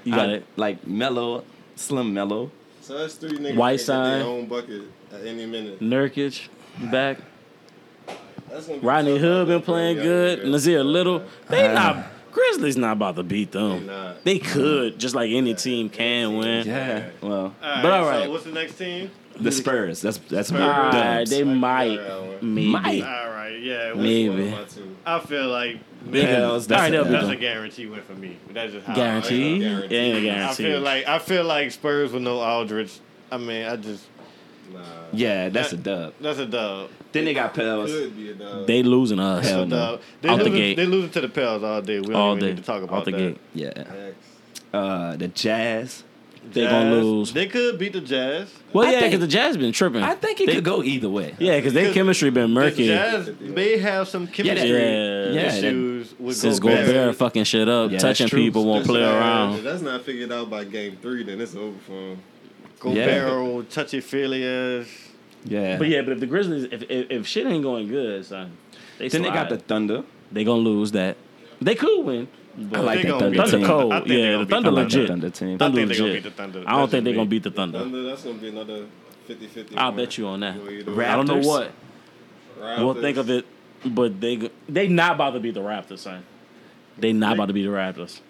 C: you got
B: I-
C: it.
B: Like Melo, slim Melo.
D: So that's three niggas
C: White
D: that can get
C: side.
D: their own bucket at any minute.
C: Nurkic back.
D: That's gonna be
C: Rodney
D: tough.
C: Hood been playing
D: Yeah,
C: good.
D: yeah.
C: Nazir Little. They not Grizzlies not about to beat them.
D: They not.
C: They could, just like any team can win.
B: Yeah. Well,
A: Alright,
C: but alright.
A: So what's the next team?
B: the Spurs. That's that's
A: Spurs.
B: my
C: Alright,
B: dubs.
C: they might,
D: Alright.
C: maybe.
A: All right. Yeah.
D: That's
C: Maybe.
D: one of my two.
A: I feel like
C: Bengals. All right, they'll
B: That's-
C: be
A: That's a
C: done.
A: guarantee win for me. That's just how
C: Guarantee?
D: Yeah,
C: Yeah,
D: guarantee.
A: I,
C: guarantee.
A: feel like I feel like Spurs with no Aldridge. I mean, I just
D: Nah.
B: Yeah, that's a dub.
A: that's a dub.
B: Then they got Pels.
D: Could be a dog.
C: they losing to us.
A: That's
B: Hell
A: a
B: no.
A: dub. They
C: Out the
A: losing,
C: gate.
A: They losing to the Pels all day. We uh, don't
C: all
A: even
C: day.
A: need to talk about
C: Out the
A: that.
C: gate.
B: Yeah.
D: X.
B: Uh, the Jazz.
C: They gonna
A: Jazz,
C: lose.
A: They could beat the Jazz.
C: Well,
B: I
C: yeah,
B: think-
C: because the Jazz been tripping.
B: I think it
C: They-
B: could go either way.
C: Yeah, because their
A: Because
C: chemistry been murky.
A: The Jazz may have some
B: Yeah, that-
A: chemistry
C: Yeah.
B: yeah, that-
A: issues with
C: Since
A: Gobert.
C: Gobert fucking shit up,
B: Yeah,
C: touching
B: that's true.
C: people won't
D: That's
C: play
D: not-
C: around.
D: If that's not figured out by game three, then it's over for him.
A: Gobert
B: Yeah.
A: will touchy feely ass.
B: Yeah.
C: But yeah, but if the Grizzlies, if if, if shit ain't going good, son, they
B: then they got the
C: slide.
B: Thunder.
C: they gonna lose that. They could win. But
B: I like
A: They
B: that
A: gonna
B: Thunder.
A: beat
C: Thunder
B: team.
C: cold.
A: I think
C: Yeah,
A: they
C: the
A: gonna
C: Thunder
A: beat
B: I like
C: legit.
B: that Thunder team.
A: I
C: Thunder
A: think they gonna
C: legit.
A: beat the Thunder.
C: I don't
A: That's
C: think they're
A: just
C: gonna
A: me.
C: beat the Thunder.
D: Thunder, that's gonna be another 50-50.
C: I'll
D: one.
C: bet you on that.
D: Go either way.
C: I don't know
B: Raptors?
C: what. We'll
D: Raptors.
C: think of it, but they go- they not about to beat the Raptors, son. They not about to beat the Raptors.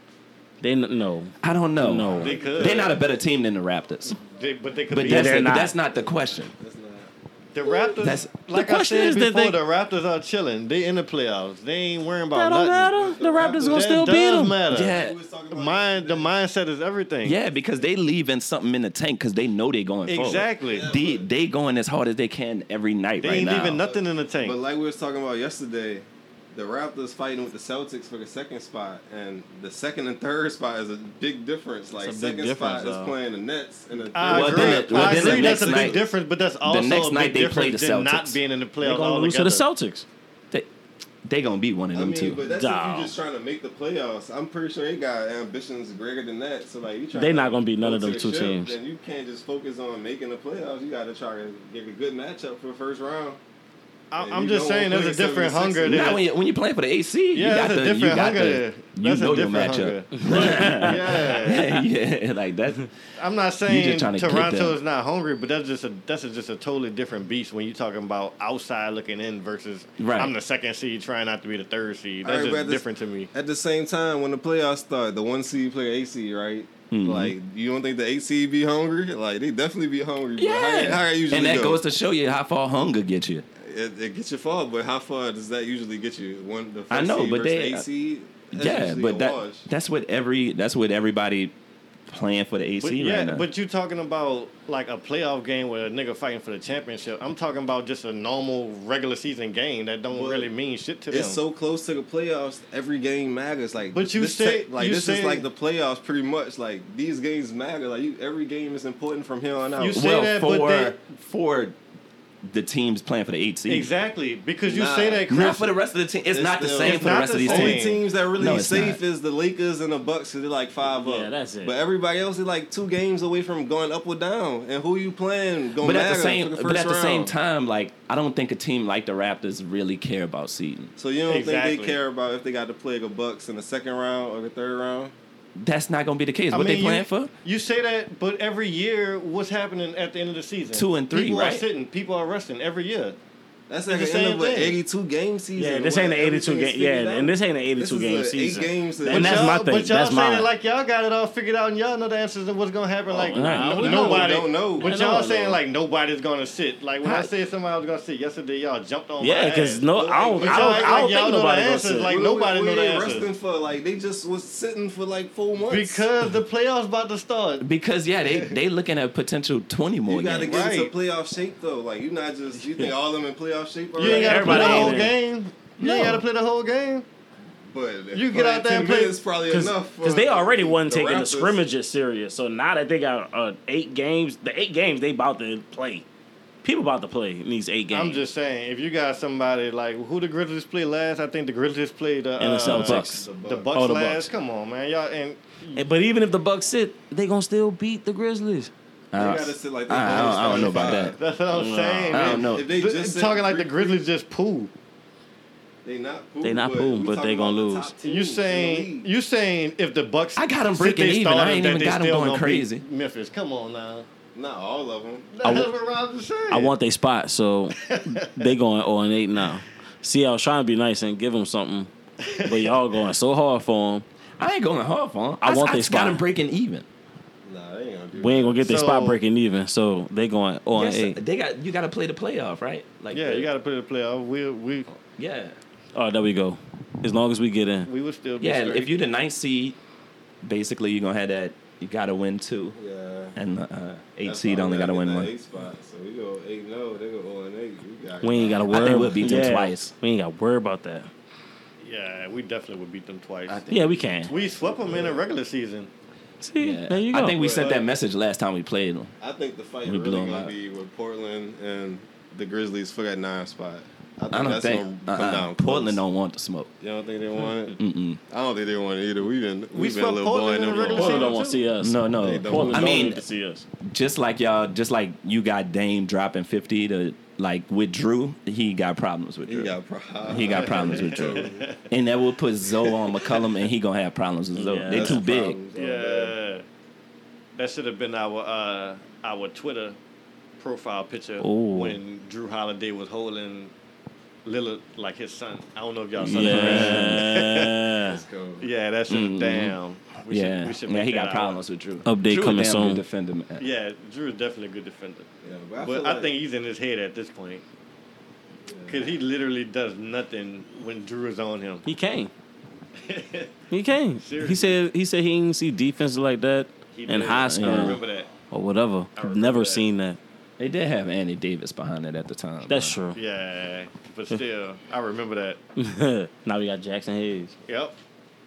C: They n- no.
B: I don't know.
C: No.
A: They could.
B: They're not a better team than the Raptors.
A: They, but they could
B: But
A: beat
B: that's,
A: the,
C: they're
B: not.
C: not.
B: that's not the question.
D: That's not-
A: the Raptors.
B: That's-
A: like
C: The
A: I
C: question
A: said
C: is, did
A: before,
C: they-
A: the Raptors are chilling. They in the playoffs. They ain't worrying
C: That
A: about
C: don't
A: nothing.
C: matter. The Raptors gonna
A: That
C: still beat
A: does
C: them.
A: matter.
B: Yeah.
D: We was talking
A: The
D: about
A: Mind the mindset is everything.
B: Yeah, because they leaving something in the tank because they know they going forward.
A: Exactly.
B: They, they going as hard as they can every night
A: They
B: right
A: ain't
B: now.
A: leaving nothing in the tank.
D: But like we was talking about yesterday, the Raptors fighting with the Celtics for the second spot, and the second and third spot is a big difference. Like
A: a big
D: second
A: difference,
D: spot
A: though.
D: is playing the Nets, and the
A: I
B: Well,
A: agree.
B: then it- well,
A: I
B: then the
A: agree. That's
B: next
A: a big
B: night-
A: difference, but that's also
B: next
A: a big
B: night they play
A: difference
B: the
A: than
B: Celtics.
A: not being in the
C: They
A: playoffs
C: gonna lose to
A: altogether.
C: the Celtics.
B: They, they going to be one of
D: I
B: them
D: mean,
B: too.
D: but that's if
C: Dog.
D: you're just trying to make the playoffs. I'm pretty sure they got ambitions greater than that. So like, you trying
C: They
D: to
C: not gonna beat none
D: go
C: of
D: to
C: them
D: the
C: two
D: chip,
C: teams.
D: Then you can't just focus on making the playoffs. You got to try to get a good matchup for the first round.
A: I-
D: Yeah,
A: I'm
D: you
A: just
D: don't
A: saying
D: wanna
A: there's a
D: play
A: different
D: 76
A: hunger
D: and
A: there.
B: Now when, you, when you're playing for the
A: Yeah,
B: AC, you got
A: that's a
B: the you
A: different
B: got
A: hunger
B: the
A: there.
B: you
A: That's a
B: know your
A: different hunger.
B: matchup.
A: yeah.
B: yeah, like that.
A: I'm not
B: just
A: saying
B: trying to get
A: Toronto
B: them.
A: is not hungry, but that's just a that's a, just a totally different beast when you're talking about outside looking in versus
B: Right.
A: I'm the second seed trying not to be the third seed.
D: All
A: That's
D: right,
A: just
D: but at this-
A: different to me.
D: At the same time, when the playoffs start, the one seed play AC, right?
B: Mm-hmm.
D: Like you don't think the eight seed be hungry? Like they definitely be hungry. but how,
B: Yeah,
D: how that usually
B: and that
D: go?
B: goes to show you how far hunger gets you.
D: it, it gets you far, but how far does that usually get you? One the first
B: I know,
D: seed
B: but
D: versus
B: they-
D: the eight seed. That's
B: yeah,
D: usually
B: but
D: a
B: that
D: wash.
B: that's what every that's what everybody playing for the AC
A: But
B: right
A: yeah,
B: now.
A: but you talking about like a playoff game with a nigga fighting for the championship. I'm talking about just a normal regular season game that don't
D: But
A: really mean shit to them.
D: It's so close to the playoffs. Every game matters. Like,
A: But you
D: this
A: say-
D: tech- like
A: you
D: this
A: say-
D: is like the playoffs, pretty much. Like these games matter. Like you, every game is important from here on out.
A: You say
B: well,
A: that, but
B: for
A: they-
B: for the teams playing for the eight seed,
A: exactly because you
D: Nah.
A: say that, Chris.
B: Not for the rest of the team. It's, not the
D: still-
B: same
D: it's
B: for the
A: not
B: rest
A: the
B: of these
A: same.
D: Only
B: teams.
D: teams that really
B: No, it's
D: safe
B: not.
D: is the Lakers and the Bucks because they're like five up.
C: Yeah, that's it.
D: But everybody else is like two games away from going up or down. And who you playing going
B: But
D: matter
B: at the same,
D: for the first
B: but at the
D: round.
B: same time, like I don't think a team like the Raptors really care about seeding.
D: So you don't think
A: Exactly.
D: they care about if they got to play the Bucks in the second round or the third round?
B: That's not gonna be the case.
A: I
B: what
A: mean,
B: they playing
A: you,
B: for?
A: You say that, but every year, what's happening at the end of the season?
B: Two and three,
A: people are
B: right?
A: sitting, people are resting every year.
D: That's like
A: It's
D: the
A: the
D: end
A: same
D: of an
A: thing.
D: 82 game season.
C: Yeah, this ain't an
D: where
C: 82 game.
D: everything is figured
C: Yeah,
D: out.
C: and this ain't an
D: This
C: 82
D: is
C: game
D: a
C: season.
D: Eight games
C: And that's
A: y'all,
C: my thing.
A: But y'all
C: That's
A: say
C: mine.
A: that like y'all got it all figured out and y'all know the answers to what's gonna happen. Like
C: Oh, nah,
A: no-
C: we
A: nobody
D: don't know.
A: But
C: I know,
A: y'all
C: I
A: saying
D: know.
A: like nobody's gonna sit. Like when
B: How-
A: I said somebody was gonna sit yesterday, y'all jumped on.
C: Yeah,
A: because
C: because no, I don't,
A: But
C: I
A: y'all
C: don't,
A: act
C: I
A: like y'all
C: don't think
A: know the
C: nobody gonna
A: answers,
C: sit.
A: like-
D: Where-
A: nobody
D: where
A: know
D: they
A: the answer.
D: resting for like they just was sitting for like four months
A: because the playoffs about to start.
B: Because yeah, they they looking at potential twenty more
D: You got to
B: games.
D: get into
A: Right.
D: playoff shape though. Like you not just you think all of them in playoff shape.
A: You ain't gotta
C: Everybody
A: play the
C: ain't
A: whole
C: there.
A: game. You ain't gotta play the whole game.
D: But if
A: You get out there and
D: 10
A: play-
D: minutes probably enough for
C: because they already wasn't
D: the
C: taking the
D: Raptors.
C: scrimmages serious. So now that they got uh, eight games, the eight games they about to play. People about to play in these eight games.
A: I'm just saying, if you got somebody like who the Grizzlies played last, I think the Grizzlies played the,
C: And the
A: uh,
C: Celtics. Bucks.
A: The Bucks,
D: The
C: Oh, the
A: last.
C: Bucks.
A: Come on, man, y'all and
C: And- But even if the Bucks sit, they gonna still beat the Grizzlies.
D: They
B: Uh,
D: gotta sit like
B: I, I don't, I don't know about that.
A: that's what I'm
C: Nah,
A: saying.
B: I
A: man.
B: don't know.
D: If they
A: Th-
D: just sit
A: talking like the
D: three-
A: Grizzlies just poo.
D: They not poop.
C: They not poop, but they gonna lose.
A: You saying you saying if the Bucks
B: I got 'em
A: sit
B: breaking
A: they
B: even. I
A: starters
B: ain't
A: that
B: even
A: they
B: got 'em
A: still
B: going
A: gonna beat
B: crazy.
A: Memphis, come on now.
D: not all of them?
A: That's
C: w-
A: what Rob's saying.
C: I want their spot, so they going 0 and 8 now. See, I was trying to be nice and give them something, but y'all going so hard for them.
B: I ain't going hard for them.
C: I want
B: I
C: they
B: just got
C: spot.
B: them breaking even.
D: Nah, they ain't gonna do.
C: We ain't gonna get their spot
A: So-
C: breaking even, so they going 0 and
B: Yes,
C: 8.
B: they got you got to play the playoff, right? Like
A: Yeah,
B: the-
A: you gotta put it in the playoff. We we
B: yeah.
C: Oh, there we go. as long as we get in.
A: We would still be
B: Yeah,
A: straight.
B: if you the ninth seed, basically you're gonna have that. You gotta win two,
D: Yeah.
B: and uh, eight
D: That's
B: seed
D: why we
B: only gotta
D: get
B: win
D: that
B: one.
D: Eight spot. So we go eight no, they go zero and eight. We got
C: We ain't got to
B: think
C: worry.
B: we'll beat them twice.
C: We ain't got to worry about that.
A: yeah, we definitely would beat them twice.
B: I think-
C: Yeah, we can.
A: we swept them in the regular season.
C: See,
B: Yeah.
C: there you go.
B: I think we sent
D: But- uh,
B: that message last time we played them.
D: I think the fight
B: We
D: really
B: blew 'em
D: gonna
B: out.
D: be with Portland and the Grizzlies for that nine spot. I think
B: I don't
D: that's
B: think
D: gonna come
B: uh-uh.
D: down. close.
B: Portland don't want the smoke.
D: You don't think they want it?
B: Mm-mm.
D: I don't think they want it either. We've been we've been
A: swept
D: a little boy
A: Portland
D: in
A: in
D: them
A: the regular
D: before.
A: season.
E: Portland don't want to see us.
B: No,
D: They
B: no.
D: don't.
E: Portland
B: I
E: don't
B: mean,
E: need to see us.
B: just like y'all, just like you got Dame dropping fifty to like with Drew, he got problems with
D: He
B: Drew.
D: got problems.
B: He got problems with Drew, and that will put Zoe on McCullum, and he gonna have problems with Zoe.
C: Yeah,
B: they
D: That's
B: too big.
D: problems all day.
A: Yeah, that should have been our uh, our Twitter profile picture
C: Ooh.
A: when Drew Holiday was holding Lillard like his son. I don't know if y'all saw that.
C: Yeah.
D: That's cool.
A: Yeah, that should
B: Mhm.
A: have damn. We
B: yeah,
A: should, we should
B: yeah,
A: make
B: he
A: that
B: got
A: our-
B: problems with Drew.
C: Update
B: Drew a
C: coming
B: damn
C: soon.
B: good Defender, man.
A: Yeah, Drew is definitely a good defender,
D: Yeah,
A: but
D: feel
A: I
D: like-
A: think he's in his head at this point
D: yeah.
A: because he literally does nothing when Drew is on him.
C: He came. He came.
A: Seriously.
C: He said he said he didn't see defenses like that
A: He
C: in
A: did.
C: high
A: I
C: school
A: remember that.
C: or whatever.
A: I remember
C: Never
A: that.
C: seen that.
B: They did have Andy Davis behind it at the time.
C: That's
B: man.
C: true.
A: Yeah, but still, I remember that.
C: now we got Jackson Hayes.
A: Yep.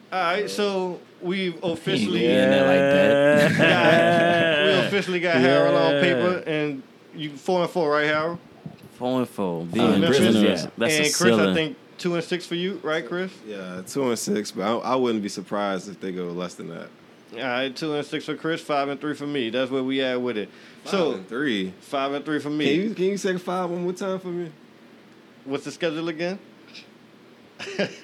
A: All right, so we've
B: He
A: officially.
B: ain't in there like that.
A: got- we officially got Harold on
C: Yeah.
A: paper, and you four and four, right, Harold?
C: Four and four. Being
B: Uh, Memphis,
C: generous.
B: yeah.
C: That's
A: and
C: a
A: Chris,
C: ceiling.
A: I think two and six for you, right, Chris?
D: Yeah, two and six, but I, I wouldn't be surprised if they go less than that.
A: All right, two and six for Chris, five and three for me. That's where we at with it.
D: Five
A: so
D: and three.
A: five and three for
D: Can
A: me.
D: you can you say five one more time for me?
A: What's the schedule again?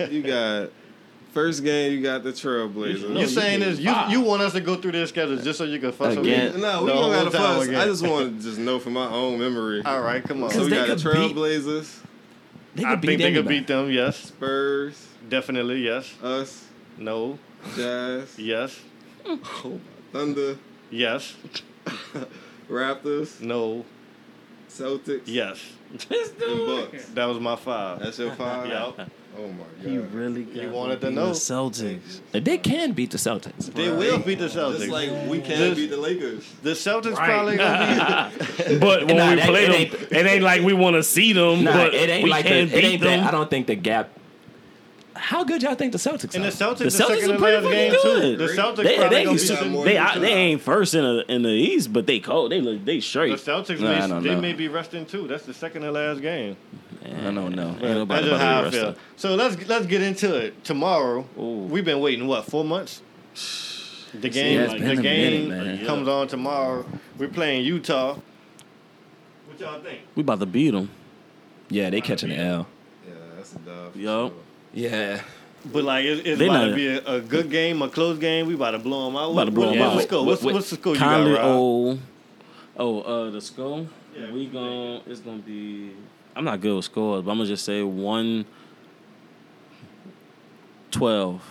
D: You got first game. You got the Trailblazers.
A: you saying this? You you want us to go through this schedule just so you can fuss with
B: Again.
A: me?
D: No, we
A: The
D: don't
A: whole
D: gotta
A: time
D: fuss.
A: again.
D: I just want to just know from my own memory.
A: All right, come on.
D: So we
B: they
D: got the
B: could beat-
D: Trailblazers,
B: They
A: I think
B: could beat
A: they could
B: anybody.
A: beat them. Yes,
D: Spurs,
A: definitely. Yes,
D: us,
A: no,
D: Jazz,
A: yes,
D: Thunder,
A: yes,
D: Raptors,
A: no,
D: Celtics,
A: yes.
D: and Bucks.
A: That was my five.
D: That's your five.
A: Yep.
D: Oh my god.
A: You wanted to know.
C: Celtics.
B: They can beat the Celtics.
A: They will beat the Celtics.
D: Just like we can't
A: This-
D: beat the Lakers.
A: the Celtics probably gonna be.
E: But when
B: Nah,
E: we
B: that-
E: play
B: it
E: them,
B: ain't-
E: it ain't like we want to see them.
B: Nah,
E: but
B: it ain't
E: we
B: like the,
E: can
B: it
E: beat
B: ain't
E: them.
B: that. I don't think the gap. How good y'all think the Celtics
A: And
B: are?
A: the Celtics,
C: The
A: the,
C: Celtics
A: second
C: are
A: to
C: pretty
A: last
C: fucking
A: game too.
C: good.
A: The Celtics
C: They,
A: probably
C: they,
A: gonna
C: they,
A: be
D: got
A: the,
D: more
C: they,
D: than
C: out-
D: two
C: they
D: out.
C: ain't first in the in the East, but they cold. They look they
A: the
C: straight.
A: Celtics.
B: Nah, I
A: may,
B: don't
A: they
B: know.
A: may be resting too. That's the second to last game.
B: I don't know.
C: Ain't
A: That's
C: nobody
A: just how
C: about
A: I
C: to be
A: feel.
C: resting.
A: So let's let's get into it. Tomorrow,
C: Ooh.
A: we've been waiting what four months. The game,
B: it's been
A: the
B: a
A: game
B: minute, man.
A: comes on tomorrow. We're playing Utah. What y'all think?
C: We about to beat them.
B: Yeah, they catching the L.
D: Yeah, that's a dub. for
C: Yup.
D: sure.
B: Yeah,
A: But like, it, it's
C: They
A: about to
C: not-
A: be a, a good game, a close game. We about to blow them out.
C: About to blow 'em out.
A: What's the score? What's,
B: With-
A: what's the score? You got,
C: Conley
A: Rob?
C: old. Oh, uh, the score.
A: Yeah.
C: We gon' it's gonna be. I'm not good with scores, but I'm gonna just say one. 12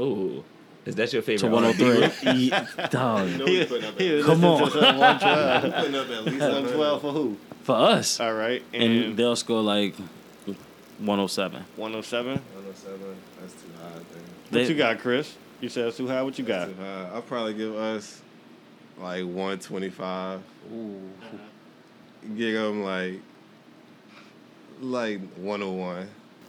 B: Ooh, is that your favorite?
C: to
B: one?
C: 103. Yeah, dog.
D: You know
A: He-
D: we putting up,
A: he
D: at,
A: was
C: Come
A: listening to
C: on.
A: something 112.
D: we putting up at least
A: 112 for who?
C: For us.
A: All right.
C: and,
A: And,
C: they'll score like 107.
A: 107.
D: 107. That's too high, I think.
A: What
C: They-
A: you got, Chris? You said it's too high. What you got?
D: That's too high. I'll probably give us like 125. Give them like like 101.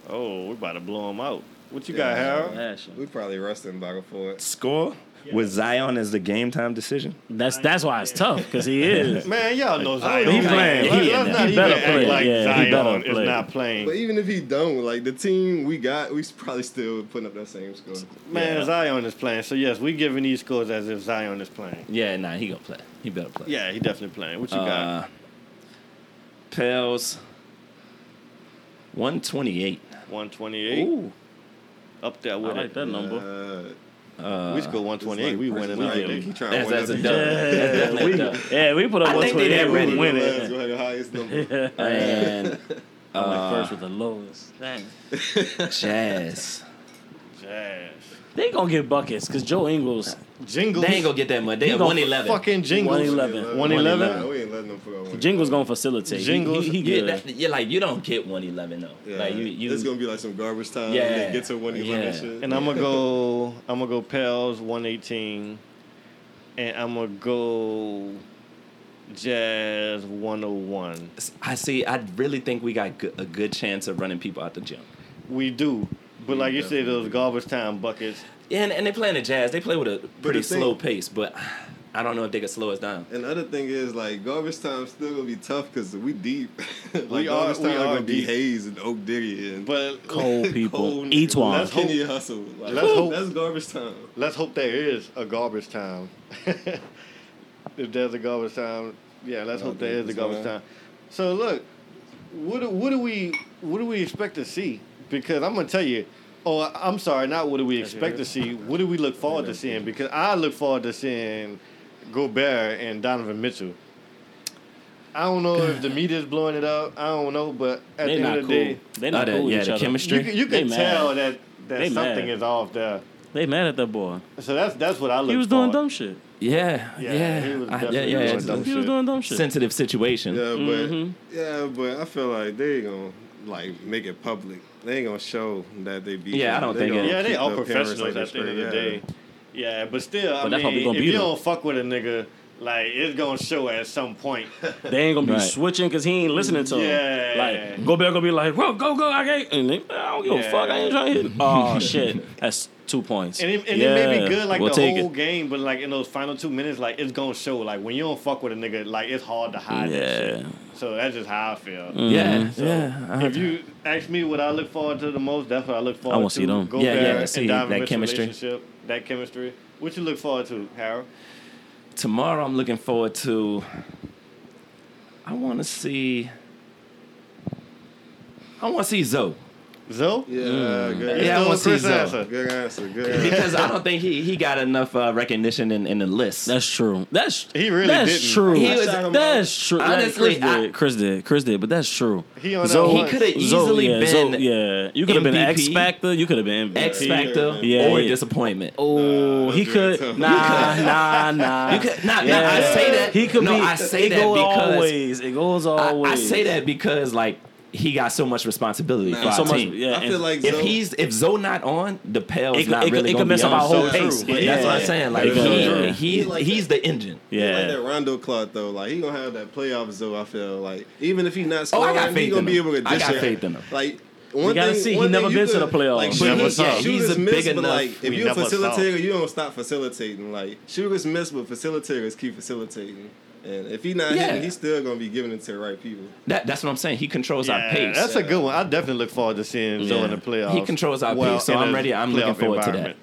A: Oh, we're about to blow them out. What you
D: Yeah.
A: got, Harold?
C: That's
D: We probably resting back and forth.
B: Score with Zion as the game time decision.
C: that's why it's tough because he is.
A: Man, y'all know Zion.
C: he
A: Like,
C: playing.
A: Let's,
C: He
A: let's
C: in
A: not
C: there. He
A: even
C: better
A: act
C: play.
A: like
C: Yeah, he better
A: Zion is
C: play.
A: not playing.
D: But even if he don't, like the team we got, we probably still putting up that same score.
A: Man,
B: Yeah.
A: Zion is playing. So yes, we giving these scores as if Zion is playing.
B: Yeah, nah, he gonna play. He better play.
A: Yeah, he definitely playing. What you
B: Uh,
A: got?
B: Pels. One twenty eight.
A: 128. Up there
C: Uh, I
A: with
C: like
A: it.
C: that number.
D: Uh,
B: Uh,
A: we score 128. we winning out.
D: He trying
B: that's,
D: to win
B: that's a dub.
D: up the job.
B: That's definitely a dub.
C: Yeah, we put up
B: I think they
C: 128.
B: that ready.
C: We win it.
D: Go ahead, the highest number.
B: And
C: I'm like
B: uh,
C: first with the lowest. Dang.
B: Jazz.
A: Jazz.
C: They gonna get buckets because Joe Ingles.
A: Jingles.
B: They ain't gonna get that much. They
C: He
B: at
C: gonna
B: 111.
A: Fucking Jingles.
C: 111.
A: 111?
D: We ain't letting them put out one.
C: Jingles gonna facilitate. He-
A: Jingles-
C: he, he,
B: yeah,
C: good.
B: that's, yeah, like you don't get 111 though.
D: Yeah,
B: Like you, you
D: it's gonna be like some garbage time.
B: Yeah.
D: and then get to one eleven
B: Yeah.
D: shit.
A: And I'm gonna go. I'm gonna go Pels 118, and I'm gonna go Jazz 101.
B: I see. I really think we got good, a good chance of running people out the gym.
A: We do, but like you said, those garbage time buckets.
B: Yeah, and, and they playing the jazz. They play with a pretty
D: the thing-
B: slow pace, but I don't know if they could slow us down.
D: And other thing is like garbage time still gonna be tough because we deep. like,
A: We are-
D: garbage
A: we
D: time
A: are
D: gonna be
A: deep.
D: Hayes and Oak Diddy and
A: But
C: Cold people.
D: Cold
C: Eat one.
D: That's Kenny Hustle. Like,
A: let's hope-
D: that's garbage time.
A: let's hope there is a garbage time. if there's a garbage time, yeah, let's
D: I
A: hope
D: don't
A: there
D: think
A: is a
D: it's
A: garbage
D: gonna-
A: time. So look, what do- what do we what do we expect to see? Because I'm gonna tell you. Oh, I- I'm sorry. Not what do we expect to see? What do we look forward to seeing? Because I look forward to seeing Gobert and Donovan Mitchell. I don't know if the media's blowing it up. I don't know, but at
C: They
A: the
C: not
A: end
C: cool.
A: of the day,
C: They not
B: Oh, that-
C: cool with
B: yeah,
C: each
B: the
C: other.
B: chemistry.
A: you can, you
C: They
A: can
C: mad.
A: tell that that
C: They mad.
A: something is off there.
C: They mad at that boy.
A: So that's that's what I look.
C: He was doing
A: forward-
C: dumb shit.
B: Yeah,
A: Yeah,
B: yeah,
A: he was
B: I- yeah,
A: definitely
B: yeah,
A: doing
B: it's a
A: dumb
C: He was
A: shit.
C: doing dumb shit.
B: sensitive situation.
D: Yeah, but
A: Mm-hmm.
C: Mhm.
D: yeah, but I feel like they ain't gonna like make it public. They ain't gonna show that they beat.
B: Yeah, I
D: them.
B: don't think
D: gonna
B: it-
A: Yeah, they
D: keep
A: all
D: their parents
A: professionals
D: like
A: at the end of
D: this,
A: the
D: yeah.
A: day. Yeah, but still, I
C: But that's how we
A: mean,
C: gonna
A: if
C: beat
A: you
C: them.
A: don't fuck with a nigga, like it's gonna show at some point.
C: They ain't gonna be
B: Right.
C: switching because he ain't listening to him.
A: Yeah.
C: Like Gobert gonna be like, bro, go go, I can't. And they, I don't give
A: Yeah.
C: a fuck. I ain't trying to hit. him." Oh shit, that's two points.
A: And it, and it may be good like the whole game, but like in those final two minutes, like it's gonna show. Like when you don't fuck with a nigga, like it's hard to hide that shit.
C: Yeah, Mm.
A: So that's just how I feel.
B: yeah,
A: So,
B: yeah. I-
A: If you ask me what I look forward to the most, that's what I look forward to.
C: wanna see them.
A: Go
B: Yeah, yeah,
A: Bear
B: see
A: and Diamond
B: that
A: Mitchell
B: chemistry.
A: relationship, that chemistry. What you look forward to, Harold?
B: tomorrow I'm looking forward to. I want to see. I want to see Zoe
A: Zoe?
D: Yeah, good.
B: Yeah, I
A: Zoe
B: wanna see
A: Chris
B: Zoe.
A: Answer.
D: Good answer. Good answer.
B: because I don't think he, he got enough uh, recognition in, in the list.
C: that's true. That's
A: He really
C: that's
A: didn't.
C: true.
B: He was-
C: that's true. Like,
B: Honestly,
C: Chris
B: I-
C: did. Chris did. Chris did. But that's true.
A: He on that
C: Zoe-
A: one.
B: he could have easily
C: yeah,
B: been
C: Zoe- yeah. You could have been
B: MVP.
C: X Factor. You could have been MVP.
B: X Factor
C: Yeah,
B: or
C: yeah.
B: disappointment.
C: Oh, he could.
D: You could.
C: Nah, nah, nah.
B: You could, nah, nah, I say that.
C: He could
B: no,
C: be.
B: I say
C: it
B: that
C: goes
B: because
C: always. It goes
B: I-
C: always.
B: I, say that because like he got so much responsibility
D: Nah.
B: for our
C: So much.
B: team.
C: Yeah.
D: I feel
C: and-
D: like
B: If
D: Zoe-
B: he's if Zoe not on, the Pels
C: It could-
B: not
C: it could-
B: really
C: it could
B: gonna
C: mess
B: be
C: up
B: on.
C: our whole
D: So true,
C: pace.
D: but
B: That's what I'm
D: Yeah.
B: saying. Like
C: Yeah.
B: he,
C: Yeah.
B: he- he's the engine.
C: Yeah.
D: Like that Rondo clock though, like he gonna have that playoff Zoe. I feel like even if he not
B: Oh,
D: scoring,
B: I got
D: he
B: faith
D: gonna
B: in
D: be
B: him.
D: able to.
B: I
D: dish
B: got
D: it.
B: faith in him.
D: Like one
C: gotta
D: thing,
C: see, he
D: one
C: never
D: thing you
C: been to
D: could-
C: the playoffs.
D: Like,
C: But
B: he-
D: shooters-
B: yeah, he's
D: shooters
B: a
D: miss,
B: big
D: but,
B: enough-
D: Like,
A: we
D: if you a
A: never saw.
D: facilitator, you don't stop facilitating. Like shooters miss, but facilitators keep facilitating. And if he not
B: Yeah.
D: hitting, he's still gonna be giving it to the right people.
B: That, that's what I'm saying. He controls our pace.
A: That's a good one. I definitely look forward to seeing Zoe in the
C: Yeah.
A: playoffs.
B: He controls our pace, so
A: in
B: I'm
A: a
B: ready. I'm
A: playoff
B: looking forward to that.
A: environment.